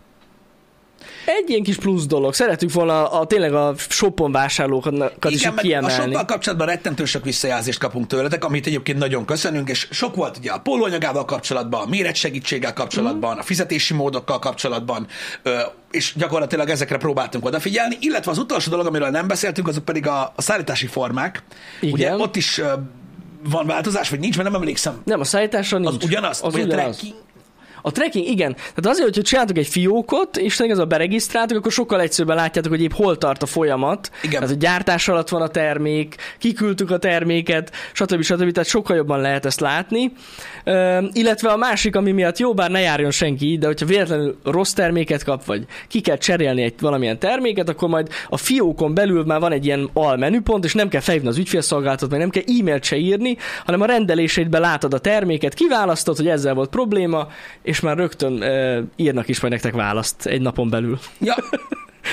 Egy ilyen kis plusz dolog. Szeretünk volna a, a tényleg a shopon vásárlókat is
Igen,
így
meg a
kiemelni.
sokkal kapcsolatban rettentő sok visszajelzést kapunk tőletek, amit egyébként nagyon köszönünk, és sok volt ugye a pólóanyagával kapcsolatban, a méretsegítséggel
Mhm.
kapcsolatban, a fizetési módokkal kapcsolatban, ö, és gyakorlatilag ezekre próbáltunk odafigyelni, illetve az utolsó dolog, amiről nem beszéltünk, azok pedig a, a szállítási formák.
Igen.
Ugye ott is ö, van változás, vagy nincs, mert nem emlékszem.
Nem, a szállításra nincs.
Az ugyanaz,
Az
vagy a
ugyanaz.
trekking,
A trekking, igen. Tehát azért, hogyha csináltok egy fiókot, és tényleg ez a beregisztráltok, akkor sokkal egyszerűbben látjátok, hogy épp hol tart a folyamat.
Igen.
Tehát, hogy gyártás alatt van a termék, kiküldtük a terméket, stb. stb. Tehát sokkal jobban lehet ezt látni. Üm, illetve a másik, ami miatt jó, bár ne járjon senki így, de hogyha véletlenül rossz terméket kap, vagy ki kell cserélni egy valamilyen terméket, akkor majd a fiókon belül már van egy ilyen almenüpont, és nem kell felhívni az ügyfélszolgálatot, meg nem kell e-mailt se írni, hanem a rendeléseidbe látod a terméket, kiválasztod, hogy ezzel volt probléma, és már rögtön e, írnak is majd nektek választ egy napon belül.
Ja.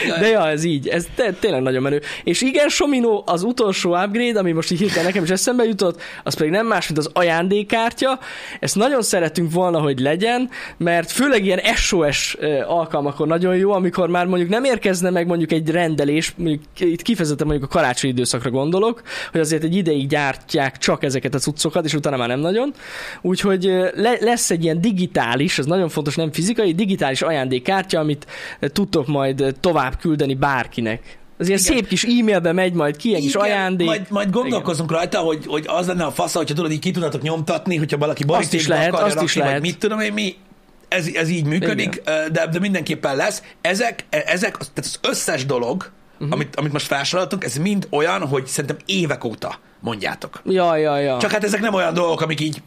Ja,
De ja, ez így, ez te, tényleg nagyon menő. És igen, Somino, az utolsó upgrade, ami most így hirtelen nekem is eszembe jutott, az pedig nem más, mint az ajándékkártya. Ezt nagyon szeretünk volna, hogy legyen, mert főleg ilyen SOS ö, alkalmakon nagyon jó, amikor már mondjuk nem érkezne meg mondjuk egy rendelés, mondjuk itt kifejezetten mondjuk a karácsonyi időszakra gondolok, hogy azért egy ideig gyártják csak ezeket a cuccokat, és utána már nem nagyon. Úgyhogy ö, le, lesz egy ilyen digitális, ez nagyon fontos, nem fizikai, digitális ajándékkártya, amit ö, tudtok majd ö, tovább küldeni bárkinek. Az ilyen
Igen.
szép kis e-mailbe megy majd ki, egy kis
Igen,
ajándék.
Majd, majd gondolkozunk Igen. rajta, hogy, hogy az lenne a fasz, hogyha tudod, így ki tudnátok nyomtatni, hogyha valaki borítékba
is lehet,
akarja
azt
rakni,
is
vagy
lehet.
mit tudom én, mi, ez, ez így működik, ö, de, de mindenképpen lesz. Ezek, e- ezek az- tehát az összes dolog,
Mhm.
uh-huh. amit, amit most felsoroltunk, ez mind olyan, hogy szerintem évek óta mondjátok.
Ja, ja, ja.
Csak hát ezek nem olyan dolgok, amik így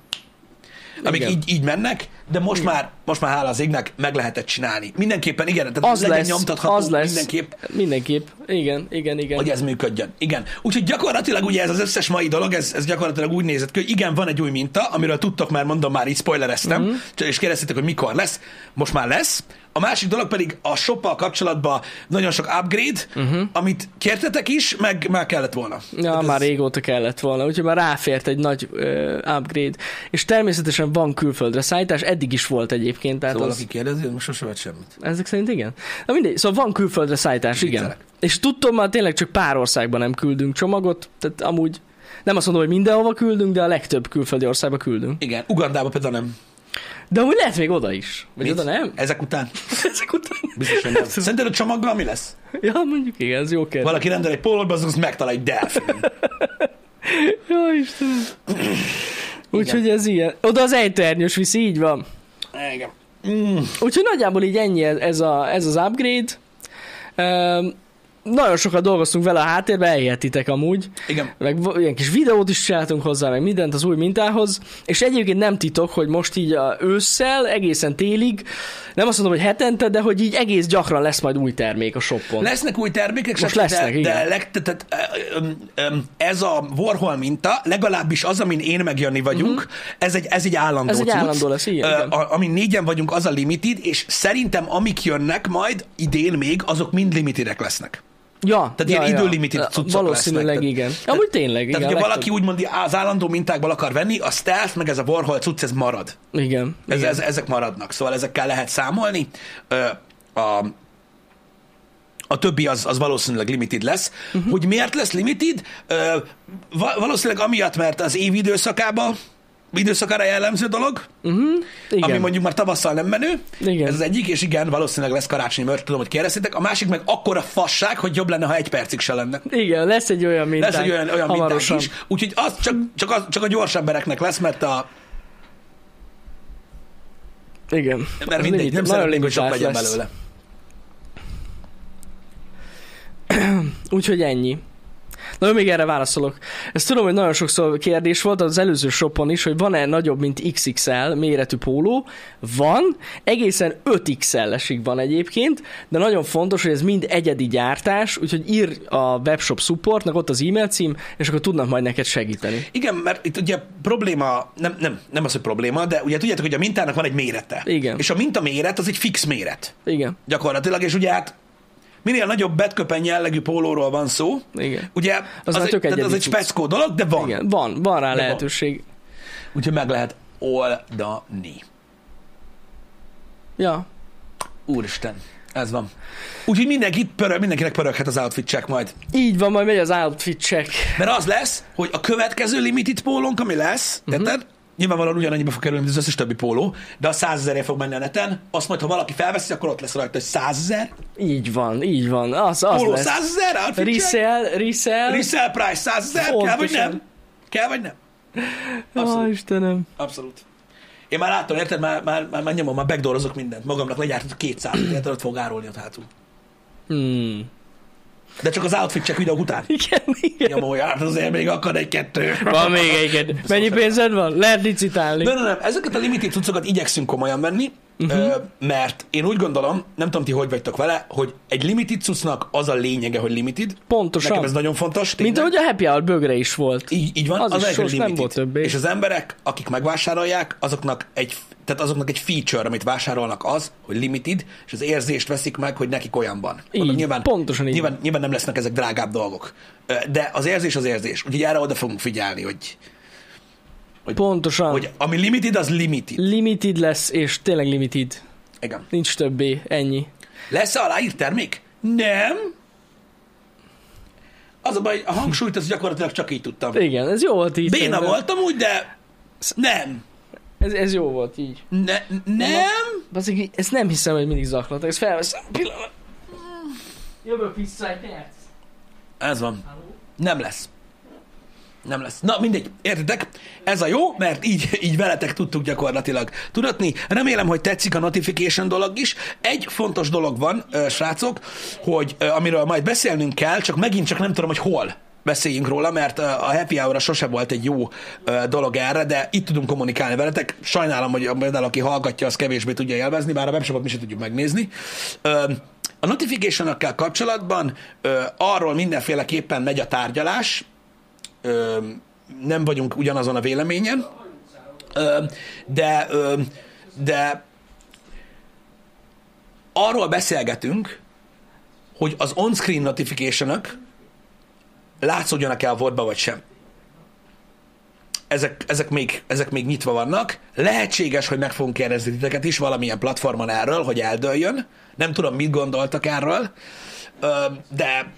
amik
Igen.
így, így mennek, de most már, most már hála az égnek meg lehetett csinálni. Mindenképpen igen, tehát
az
legyen
lesz,
nyomtatható
az lesz.
mindenképp
Mindenképp. Igen, igen, igen.
hogy ez működjön. Igen. Úgyhogy gyakorlatilag ugye ez az összes mai dolog, ez, ez gyakorlatilag úgy nézett ki, hogy igen, van egy új minta, amiről tudtok már, mondom már, így spoilereztem, mm-hmm. és kérdeztétek, hogy mikor lesz. Most már lesz. A másik dolog pedig a shoppal kapcsolatban nagyon sok upgrade, uh-huh. amit kértetek is, meg már kellett volna.
Ja,
Tehát
már
Hát ez,
régóta kellett volna, úgyhogy már ráfért egy nagy ö, upgrade. És természetesen van külföldre szállítás, eddig eddig is volt egyébként. Tehát
Szóval
az...
valaki kérdezi, hogy most sose vett semmit.
Ezek szerint igen. Na mindegy, szóval van külföldre szállítás, igen.
Viccelek.
És tudtom, már tényleg csak pár országban nem küldünk csomagot, tehát amúgy nem azt mondom, hogy mindenhova küldünk, de a legtöbb külföldi országba küldünk.
Igen, Ugandába például nem.
De amúgy lehet még oda is. Vagy
Mit?
oda nem?
Ezek után?
Ezek után.
Biztos, hogy nem. Szerinted a csomaggal mi lesz?
Ja, mondjuk igen, ez jó kérdés.
Valaki rendel egy pólót, az az megtalál egy delfin.
Ja, Istenem. Úgyhogy ez ilyen. Oda az ejtőernyős viszi, így van.
Igen. Mm.
Úgyhogy nagyjából így ennyi ez- ez, a, ez az upgrade. Üm, nagyon sokat dolgoztunk vele a háttérben, elhihetitek amúgy.
Igen.
meg v- ilyen kis videót is csináltunk hozzá, meg mindent az új mintához, és egyébként nem titok, hogy most így a ősszel, egészen télig, nem azt mondom, hogy hetente, de hogy így egész gyakran lesz majd új termék a shoppon.
Lesznek új termékek,
Most
stb.,
lesznek,
de, de
igen.
leg, tehát, ö, ö, ö, ez a Warhol minta, legalábbis az, amin én meg Jani vagyunk, uh-huh. ez, egy, ez egy állandó
Mhm. Ez egy
cucc.
állandó lesz, igen,
Ö,
igen.
A, amin négyen vagyunk, az a limited, és szerintem amik jönnek majd idén még, azok mind limitedek lesznek.
Ja,
Tehát
ja,
ilyen
ja.
időlimited cuccok
Valószínűleg
lesznek.
igen.
Tehát-
Amúgy tényleg,
Igen,
igen.
Tehát, hogyha
legtöbb.
valaki úgymond az állandó mintákból akar venni, a stealth, meg ez a Warhol cucc, ez marad.
Igen.
Ez,
igen.
ez, ezek maradnak, szóval ezekkel lehet számolni. Ö, a, a többi az, az valószínűleg limited lesz.
Mhm.
Uh-huh. Hogy miért lesz limited? Ö, va- valószínűleg amiatt, mert az év időszakában időszakára jellemző dolog,
igen.
igen. ami mondjuk már tavasszal nem menő.
Igen.
Ez az egyik, és igen, valószínűleg lesz karácsonyi mört, tudom, hogy kérdeztétek. A másik meg akkora fasság, hogy jobb lenne, ha egy percig se lenne.
Igen, lesz egy olyan mintánk.
Lesz egy olyan, olyan mintánk
hamarosan.
is, úgyhogy az csak, csak, az, csak a gyors embereknek lesz, mert a
Igen.
mert
Az
mindegy,
limit-
nem
nagyon
szeretnénk, hogy sok
limitált
legyen
lesz.
belőle.
Úgyhogy ennyi. Na, jó, még erre válaszolok. Ezt tudom, hogy nagyon sokszor kérdés volt az előző shopon is, hogy van-e nagyobb, mint XXL méretű póló. Van, egészen 5XL-esig van egyébként, de nagyon fontos, hogy ez mind egyedi gyártás, úgyhogy ír a webshop supportnak, ott az e-mail cím, és akkor tudnak majd neked segíteni.
Igen, mert itt ugye probléma, nem, nem, nem az, hogy probléma, de ugye tudjátok, hogy a mintának van egy mérete.
Igen.
És a minta méret az egy fix méret
Igen,
gyakorlatilag, és ugye hát minél nagyobb betköpen jellegű pólóról van szó,
igen.
ugye
Az
az,
már
egy,
tök
tehát az
egyedi
egy
cucc.
speckó dolog, de van.
Igen, van, van rá
van.
lehetőség.
Úgyhogy meg lehet oldani.
Ja,
Úristen, ez van. Úgyhogy mindenki pörög, mindenkinek pöröghet az outfit check majd.
így van, majd megy az outfit check.
Mert az lesz, hogy a következő limited pólónk, ami lesz,
Mhm.
uh-huh. érted? Nyilvánvalóan ugyanannyiba fog kerülni, mint az összes többi póló, de a 100 ezerért fog menni a neten, azt majd, ha valaki felveszi, akkor ott lesz rajta, hogy 100 ezer,
Így van, így van. Az, az
póló
lesz.
100 ezer, outfit check,
Resell, resell.
resell price 100 ezer, kell vagy
Pontosan.
nem? Kell vagy nem?
Ó,
Abszolút.
Istenem.
Abszolút. Én már láttam, érted, már, már, már, már nyomom, már backdoorozok mindent. Magamnak legyártottak 200, érted, ott fog árulni ott hátul.
Hmm.
De csak az outfit check videók után.
Igen, igen.
Nyomom, hogy hát azért még akad egy-kettő.
Van még egyet. Mennyi pénzed van? Lehet licitálni.
Nem, nem, nem, ezeket a limited cuccokat igyekszünk komolyan venni,
Mhm.
uh-huh. mert én úgy gondolom, nem tudom ti hogy vagytok vele, hogy egy limited cuccnak az a lényege, hogy limited. Nekem
Pontosan.
ez nagyon fontos.
Mint
tényleg.
ahogy a Happy Hour bögre is volt.
így, így van,
az
az,
is
az
sose
egy
nem
limited.
volt többé.
És az emberek, akik megvásárolják, azoknak egy, tehát azoknak egy feature, amit vásárolnak az, hogy limited, és az érzést veszik meg, hogy nekik olyan van. Mondom,
Így, pontosan így
Nyilván, nyilván nem lesznek ezek drágább dolgok. Ö, De az érzés az érzés. Úgyhogy erre oda fogunk figyelni, hogy,
Pontosan.
hogy ami limited, az limited.
Limited lesz, és tényleg limited.
Igen.
Nincs többé, ennyi.
Lesz aláírt termék? Nem. Az a baj, a hangsúlyt az gyakorlatilag csak így tudtam.
Igen, ez jó volt így.
Béna
szerintem.
voltam úgy, de nem.
Ez, ez jó volt így.
Ne, nem.
Baszik, ezt nem hiszem, hogy mindig zaklatok. Ezt felveszem. Pillanat. Jövök vissza egy perc.
Ez van. Nem lesz. Nem lesz. Na, mindegy, értitek? Ez a jó, mert így, így veletek tudtuk gyakorlatilag tudatni. Remélem, hogy tetszik a notification dolog is. Egy fontos dolog van, ö, srácok, hogy ö, amiről majd beszélnünk kell, csak megint csak nem tudom, hogy hol beszéljünk róla, mert ö, a happy hour sose volt egy jó ö, dolog erre, de itt tudunk kommunikálni veletek. Sajnálom, hogy a- például aki hallgatja, az kevésbé tudja élvezni, bár a webshopot mi sem tudjuk megnézni. Ö, a notification kapcsolatban ö, arról mindenféleképpen megy a tárgyalás, ö, nem vagyunk ugyanazon a véleményen, ö, de, ö, de arról beszélgetünk, hogy az on-screen notification látszódjanak-e a vodba vagy sem. ezek, ezek, még, ezek még nyitva vannak. Lehetséges, hogy meg fogunk kérdezni titeket is valamilyen platformon erről, hogy eldőljön. Nem tudom, mit gondoltak erről, Ö, de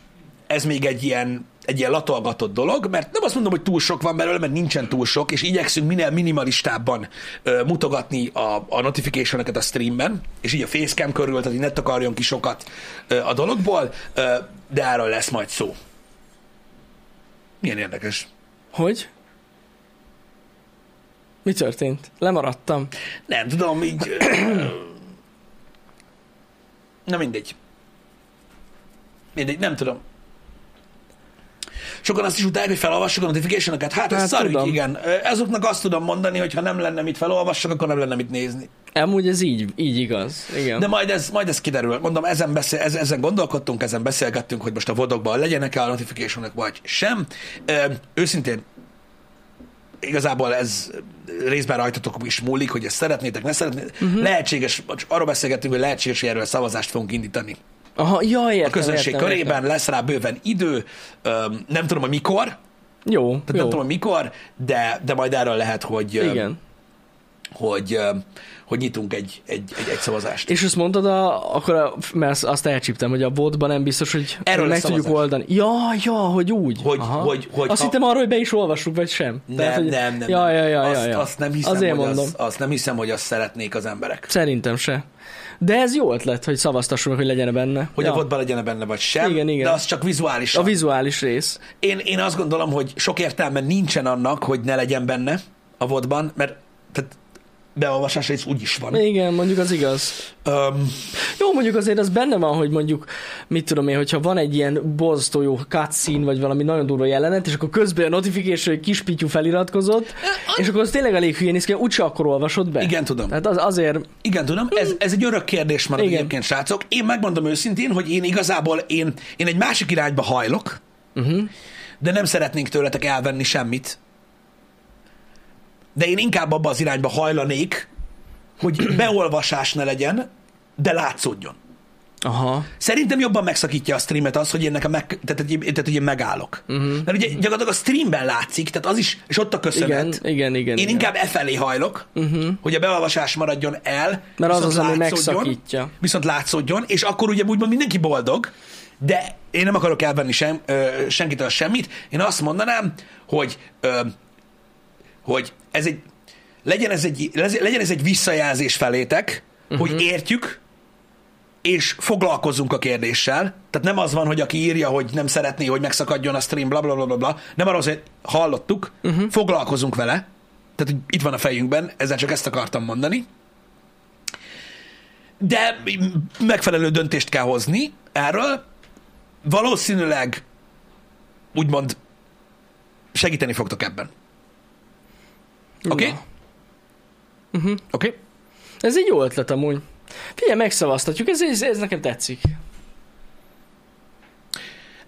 ez még egy ilyen, egy ilyen latolgatott dolog, mert nem azt mondom, hogy túl sok van belőle, mert nincsen túl sok, és igyekszünk minél minimalistábban ö, mutogatni a, a notification a streamben, és így a facecam körül, tehát így ne takarjon ki sokat ö, a dologból, ö, de erről lesz majd szó. Milyen érdekes.
Hogy? Mi történt? Lemaradtam.
Nem tudom, így... ö, Na mindegy. Mindegy, nem tudom. Sokan azt is utálják, hogy felolvassuk a notification Hát, hát ez
Hát
szarügy,
tudom.
igen. Ö, Ezoknak azt tudom mondani, hogy ha nem lenne mit felolvassak, akkor nem lenne mit nézni.
Amúgy ez így, így igaz. Igen.
De majd ez, majd ez kiderül. Mondom, ezen, beszél, ez, ezen gondolkodtunk, ezen beszélgettünk, hogy most a vodokban legyenek-e a notification vagy sem. Ö, őszintén, igazából ez részben rajtatok is múlik, hogy ezt szeretnétek, ne szeretnétek.
Mhm.
Uh-huh. Lehetséges, most arról beszélgettünk, hogy lehetséges, hogy erről szavazást fogunk indítani.
Aha, ja, értem,
A közönség
értem,
körében
Értem.
lesz rá bőven idő, öm, nem tudom, hogy mikor, tehát
Jó,
nem
jó.
tudom, hogy mikor, de, de majd erről lehet, hogy, öm,
Igen.
hogy, öm, hogy nyitunk egy, egy, egy, egy szavazást.
És azt mondtad, a, akkor a, mert azt elcsíptem, hogy a botban nem biztos, hogy
Erről
meg
lesz
tudjuk
szavazás.
oldani. Ja, ja, hogy úgy.
Hogy-
Aha.
hogy- hogy
azt
a-
hittem arról, hogy be is olvassuk, vagy sem.
Nem,
hogy...
nem, nem.
Ja,
nem.
ja, ja,
azt,
ja, ja.
Azt nem hiszem,
Azért
hogy
mondom.
Azt, azt nem hiszem, hogy azt szeretnék az emberek.
Szerintem se. De ez jó ötlet, hogy szavaztassunk meg, hogy legyen benne.
Hogy
ja.
ja. a botban legyen benne vagy sem,
Igen, igen.
de az csak vizuális.
a vizuális rész.
én, én azt gondolom, hogy sok értelme nincsen annak, hogy ne legyen benne a vodban, mert tehát beolvasás rész úgy is van.
Igen, mondjuk az igaz.
Öm,
Jó, mondjuk azért az benne van, hogy mondjuk, mit tudom én, hogyha van egy ilyen borzasztó jó cutscene, vagy valami nagyon durva jelenet, és akkor közben a notification, hogy kis pityu feliratkozott, és akkor az tényleg elég hülyén néz ki, úgyse akkor olvasod be.
igen, tudom.
Tehát az, azért,
Igen, tudom, ez, ez egy örök kérdés marad
Hmm. Igen.
egyébként, srácok. Én megmondom őszintén, hogy én igazából én, én egy másik irányba hajlok, uh-huh.
Mhm.
de nem szeretnénk tőletek elvenni semmit. De én inkább abba az irányba hajlanék, hogy beolvasás ne legyen, de látszódjon.
aha,
Szerintem jobban megszakítja a streamet az, hogy én, nekem meg, tehát, hogy én- tehát, hogy én megállok.
Mhm.
Uh-huh. Mert ugye gyakorlatilag a streamben látszik, tehát az is, és ott a köszönet.
igen, igen, igen. Mhm.
Én
igen.
inkább e felé hajlok, uh-huh. hogy a beolvasás maradjon el,
Mert az
viszont
az, ami
látszódjon,
megszakítja.
Viszont látszódjon, és akkor ugye úgymond mindenki boldog, de én nem akarok elvenni sem, ö, senkitől semmit. Én azt mondanám, hogy ö, hogy ez egy, legyen, ez egy, legyen ez egy visszajelzés felétek,
Mhm.
uh-huh. hogy értjük, és foglalkozzunk a kérdéssel. Tehát nem az van, hogy aki írja, hogy nem szeretné, hogy megszakadjon a stream, bla bla bla bla, bla. nem arról, hogy hallottuk,
Mhm.
uh-huh. foglalkozunk vele. Tehát hogy itt van a fejünkben, ezzel csak ezt akartam mondani. De megfelelő döntést kell hozni erről. Valószínűleg úgymond segíteni fogtok ebben. Oké? Okay?
Na. Mhm.
Oké? Okay?
Ez egy jó ötlet amúgy. Figyelj, megszavaztatjuk, ez, ez, ez nekem tetszik.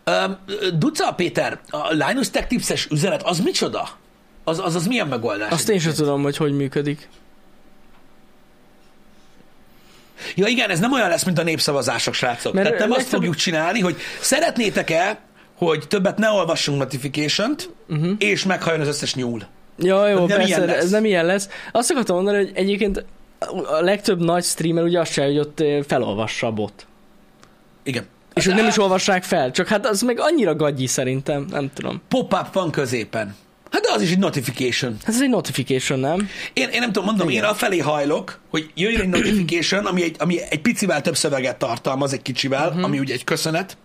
Öm, Duca Péter, a Linus Tech Tipses üzenet, az micsoda? Az, az, az milyen megoldás?
Azt én sem tudom, hogy hogy működik.
Ja igen, ez nem olyan lesz, mint a népszavazások, srácok.
Mert
Tehát nem azt
legtöbb-
fogjuk csinálni, hogy szeretnétek-e, hogy többet ne olvassunk notification-t,
Mhm.
uh-huh. és meghajjon az összes nyúl.
Ja, jó,
Tehát nem
persze,
ilyen lesz.
ez nem ilyen lesz. Azt akartam mondani, hogy egyébként a legtöbb nagy streamer ugye azt csinálja, hogy ott eh, felolvassa a bot.
Igen.
És hogy nem is olvassák fel, csak hát az meg annyira gagyi szerintem, nem tudom.
Pop-up van középen. Hát de az is egy notification.
Hát ez egy notification, nem?
Én, én nem tudom, mondom, Igen. én afelé hajlok, hogy jöjjön egy notification, ami egy, ami egy picivel több szöveget tartalmaz, egy kicsivel, uh-huh. ami ugye egy köszönet,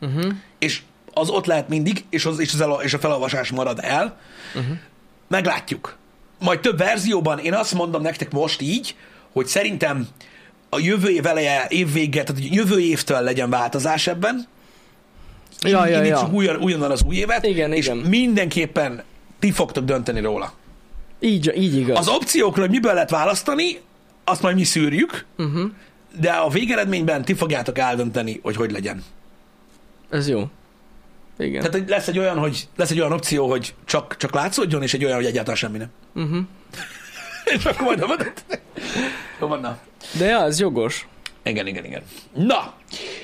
uh-huh. és az ott lehet mindig, és, az, és, az el, és a felolvasás marad el. Uh-huh. Meglátjuk. Majd több verzióban én azt mondom nektek most így, hogy szerintem a jövő év eleje, év vége, tehát hogy jövő évtől legyen változás ebben,
Ja, ja,
indítsuk
ja.
újon, újonnan az új évet,
Igen,
és
igen.
mindenképpen ti fogtok dönteni róla.
Így, így igaz.
Az opciókról, hogy miből lehet választani, azt majd mi szűrjük, uh-huh.
Mhm.
de a végeredményben ti fogjátok eldönteni, hogy hogy legyen.
Ez jó. Igen.
Tehát hogy lesz egy olyan, hogy lesz egy olyan opció, hogy csak, csak látszódjon, és egy olyan, hogy egyáltalán semmi nem.
Mhm.
Uh-huh. és akkor majd a vadat. Jó van, na.
De ja, ez jogos.
Igen, igen, igen. Na,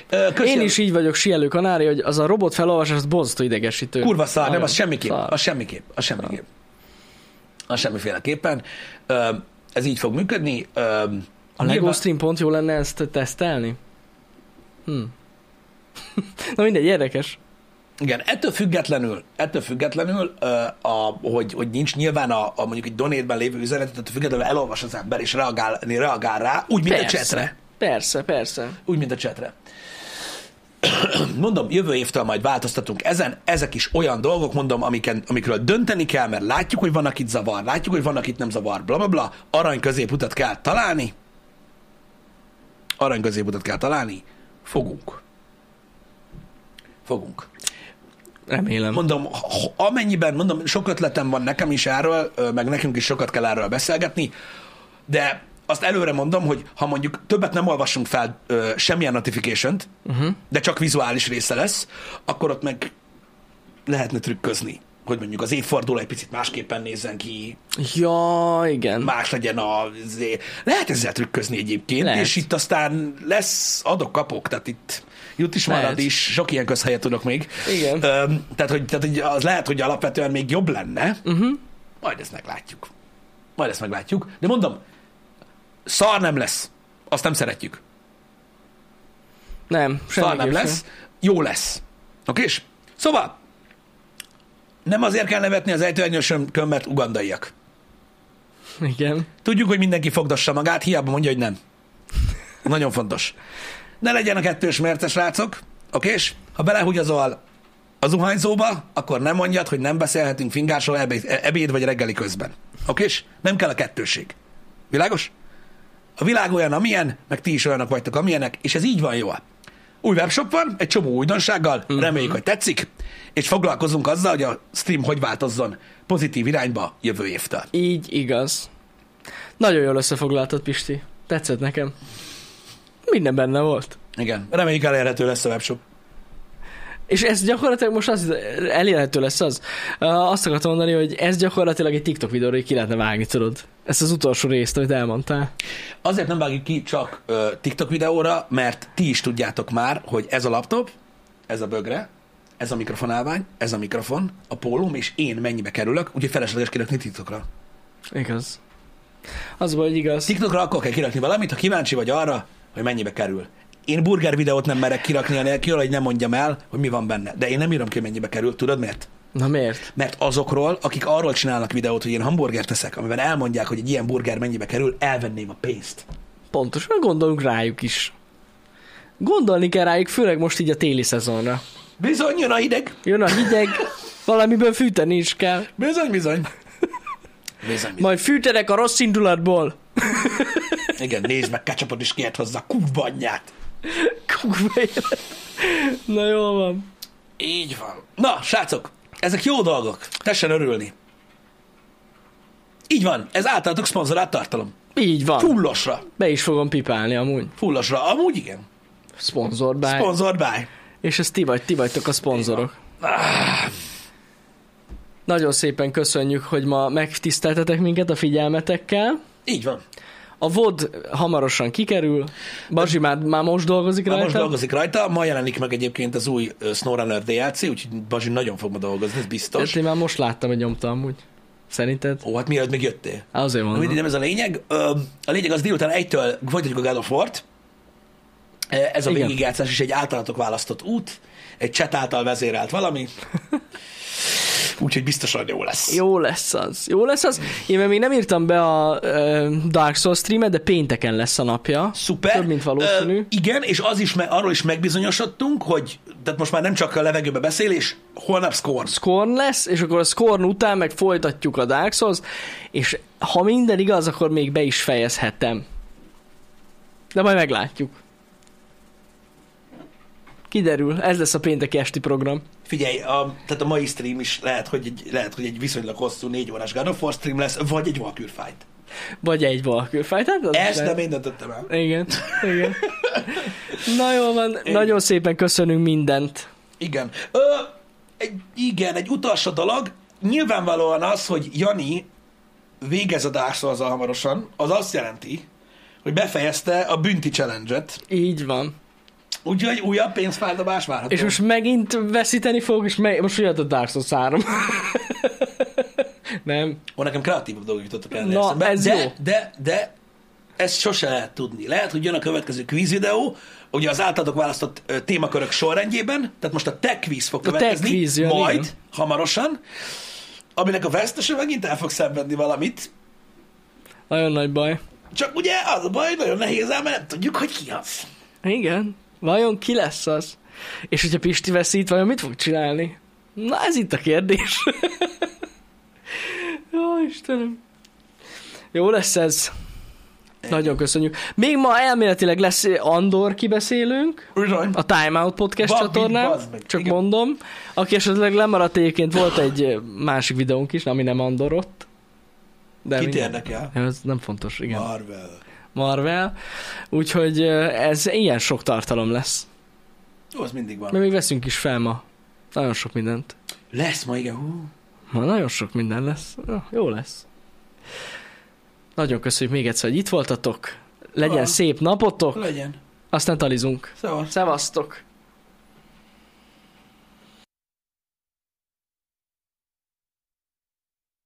Ö, köszi
Én
a-
is így vagyok sielő kanári, hogy az a robot felolvasás, az borzasztó idegesítő.
Kurva szar, nem,
Nagyon
az semmiképp.
szar.
Az semmiképp. Az semmiképp. Na, semmiféleképpen. Ö, ez így fog működni. Ö,
A Lego Stream pont jó lenne ezt tesztelni? Hm. Na mindegy, érdekes.
Igen, ettől függetlenül, ettől függetlenül, ö, a, hogy, hogy nincs nyilván a, a mondjuk egy donétben lévő üzenetet, ettől függetlenül elolvas az ember és reagál, reagál rá, úgy, mint
Persze.
a csetre.
Persze, persze.
Úgy, mint a csetre. Mondom, jövő évtől majd változtatunk ezen, ezek is olyan dolgok, mondom, amiken, amikről dönteni kell, mert látjuk, hogy van, akit zavar, látjuk, hogy van, akit nem zavar, bla, bla, bla. Arany középutat kell találni. Arany középutat kell találni. Fogunk. Fogunk.
Remélem.
Mondom, h- amennyiben, mondom, sok ötletem van nekem is erről, ö, meg nekünk is sokat kell erről beszélgetni, de azt előre mondom, hogy ha mondjuk többet nem olvassunk fel ö, semmilyen notification-t, uh-huh. de csak vizuális része lesz, akkor ott meg lehetne trükközni, hogy mondjuk az évforduló egy picit másképpen nézzen ki,
Ja, igen.
más legyen a... izé. Lehet ezzel trükközni egyébként,
Lehet.
Lehet. és itt aztán lesz adok-kapok, tehát itt jut is
Lehet.
marad is, sok ilyen közhelyet tudok még.
Igen.
Öm, tehát, hogy, tehát, hogy az lehet, hogy alapvetően még jobb lenne,
Mhm.
uh-huh. majd ezt meglátjuk. Majd ezt meglátjuk, de mondom, szar nem lesz, azt nem szeretjük.
Nem,
Szar
semmi
nem lesz, jó lesz. Oké? Szóval, nem azért kell nevetni az ejtőernyősön, mert ugandaiak.
Igen.
Tudjuk, hogy mindenki fogdassa magát, hiába mondja, hogy nem. Nagyon fontos. Ne legyen a kettős mértes rácok, oké? Ha belehugyazol a zuhanyzóba, akkor nem mondjad, hogy nem beszélhetünk fingásról ebéd, ebéd vagy reggeli közben. Oké? Nem kell a kettőség. Világos? A világ olyan, amilyen, meg ti is olyanok vagytok, amilyenek, és ez így van jól. Új webshop van, egy csomó újdonsággal, reméljük, hogy tetszik, és foglalkozunk azzal, hogy a stream hogy változzon pozitív irányba jövő évtől.
Így igaz. Nagyon jól összefoglaltad, Pisti. Tetszett nekem. Minden benne volt.
Igen, reméljük elérhető lesz a webshop.
És ez gyakorlatilag most az elérhető lesz az. Ö, Azt akartam mondani, hogy ez gyakorlatilag egy TikTok videóra így ki lehetne vágni, tudod. Ezt az utolsó részt, amit elmondtál.
Azért nem vágjuk ki csak ö, TikTok videóra, mert ti is tudjátok már, hogy ez a laptop, ez a bögre, ez a mikrofonálvány, ez a mikrofon, a pólóm, és én mennyibe kerülök, úgyhogy felesleges kirakni TikTokra.
Igaz. Az volt, hogy igaz.
TikTokra akkor kell kirakni valamit, ha kíváncsi vagy arra, hogy mennyibe kerül. Én burger videót nem merek kirakni anélkül, hogy nem mondjam el, hogy mi van benne. De én nem írom ki, hogy mennyibe kerül. Tudod miért?
Na miért?
Mert azokról, akik arról csinálnak videót, hogy én hamburgert teszek, amiben elmondják, hogy egy ilyen burger mennyibe kerül, elvenném a pénzt.
Pontosan gondolunk rájuk is. Gondolni kell rájuk, főleg most így a téli szezonra.
Bizony, jön a hideg.
Jön a hideg, valamiből fűteni is kell.
Bizony, bizony. Bizony, bizony.
Majd fűtenek a rossz indulatból.
Igen, nézd meg, ketchupot is kért hozzá, kurva anyját.
Kurva élet. Na jól van.
Így van. Na, srácok, ezek jó dolgok. Tessen örülni. Így van, ez általatok szponzorált tartalom.
Így
Ah.
van.
Fullosra.
Be is fogom pipálni amúgy.
Fullosra. Amúgy igen.
Sponsored by.
Sponsored by.
És ez ti vagy, ti vagytok a szponzorok. Nagyon szépen köszönjük, hogy ma megtiszteltetek minket a figyelmetekkel.
Így van.
A VOD hamarosan kikerül. Bazsi már, már most dolgozik
Már
rajta.
most dolgozik rajta, ma jelenik meg egyébként az új ö, SnowRunner DLC, úgyhogy Bazsi nagyon fog ma dolgozni, ez
Ezt
biztos.
én már most láttam, hogy nyomtam amúgy. Szerinted?
Ó, hát mielőtt még jöttél.
Á, Azért
Na, mindegy,
mondom.
nem ez a lényeg. Ö, A lényeg az délután egytől folytatjuk a God of War-t. Ez a
Igen.
végigjátszás is egy általatok választott út, egy chat által vezérelt valami. Úgyhogy biztosan jó lesz.
Jó lesz az. Jó lesz az. Én még nem írtam be a ö, Dark Souls streamet, de pénteken lesz a napja.
Szuper.
Több, mint valószínű.
Ö, igen, és az is, me- arról is megbizonyosodtunk, hogy tehát most már nem csak a levegőbe beszélés, holnap score.
Scorn lesz, és akkor a Scorn után meg folytatjuk a Dark Souls, és ha minden igaz, akkor még be is fejezhetem. De majd meglátjuk. Kiderül, ez lesz a pénteki esti program.
Figyelj, a, tehát a mai stream is lehet, hogy egy, lehet, hogy egy viszonylag hosszú négy órás God of War stream lesz, vagy egy valkürfájt.
Vagy egy valkülfájt. Hát az
Ezt
lehet.
nem én döntöttem el.
Igen, igen. Na jól van, nagyon szépen köszönünk mindent.
Igen. Ö, egy, igen, egy utolsó dolog. Nyilvánvalóan az, hogy Jani végez a Dark souls hamarosan, az azt jelenti, hogy befejezte a bünti challenge-et,
Így van.
úgyhogy újabb pénzfeldobás várható.
És most megint veszíteni fogok, és meg... most jöhet a Dark Souls 3. Nem.
Ó, nekem kreatívabb dolgok jutottak el.
Na, ez
de,
jó.
de, de ezt sose lehet tudni. Lehet, hogy jön a következő kvíz videó, ugye az általatok választott ö, témakörök sorrendjében, tehát most a te kvíz fog
A te
következni,
kvíz jön,
majd,
igen.
hamarosan, aminek a vesztese megint el fog szenvedni valamit,
Nagyon nagy baj.
csak ugye az a baj, nagyon nehéz el, mert nem tudjuk, hogy ki az.
Igen. Vajon ki lesz az? És hogyha Pisti veszít, vajon mit fog csinálni? Na ez itt a kérdés. Jó, Istenem. Jó lesz ez. Nagyon köszönjük. Még ma elméletileg lesz Andor kibeszélünk,
Bizony.
a Time Out Podcast
Babi,
csatornán,
bazd meg,
csak
igen.
mondom. Aki esetleg lemaradt egyébként, volt egy másik videónk is, ami nem Andor ott. De
Kit
minden-
érdekel?
Ez nem fontos, igen.
Marvel.
Marvel, úgyhogy ö, ez ilyen sok tartalom lesz.
Jó, az mindig van.
Mert még veszünk is fel ma. Nagyon sok mindent.
Lesz ma, igen. Hú.
Ma nagyon sok minden lesz. Na, Jó lesz. Nagyon köszönjük még egyszer, hogy itt voltatok. Legyen
Ah.
szép napotok,
Legyen.
aztán talizunk.
Szóval.
Szevasztok!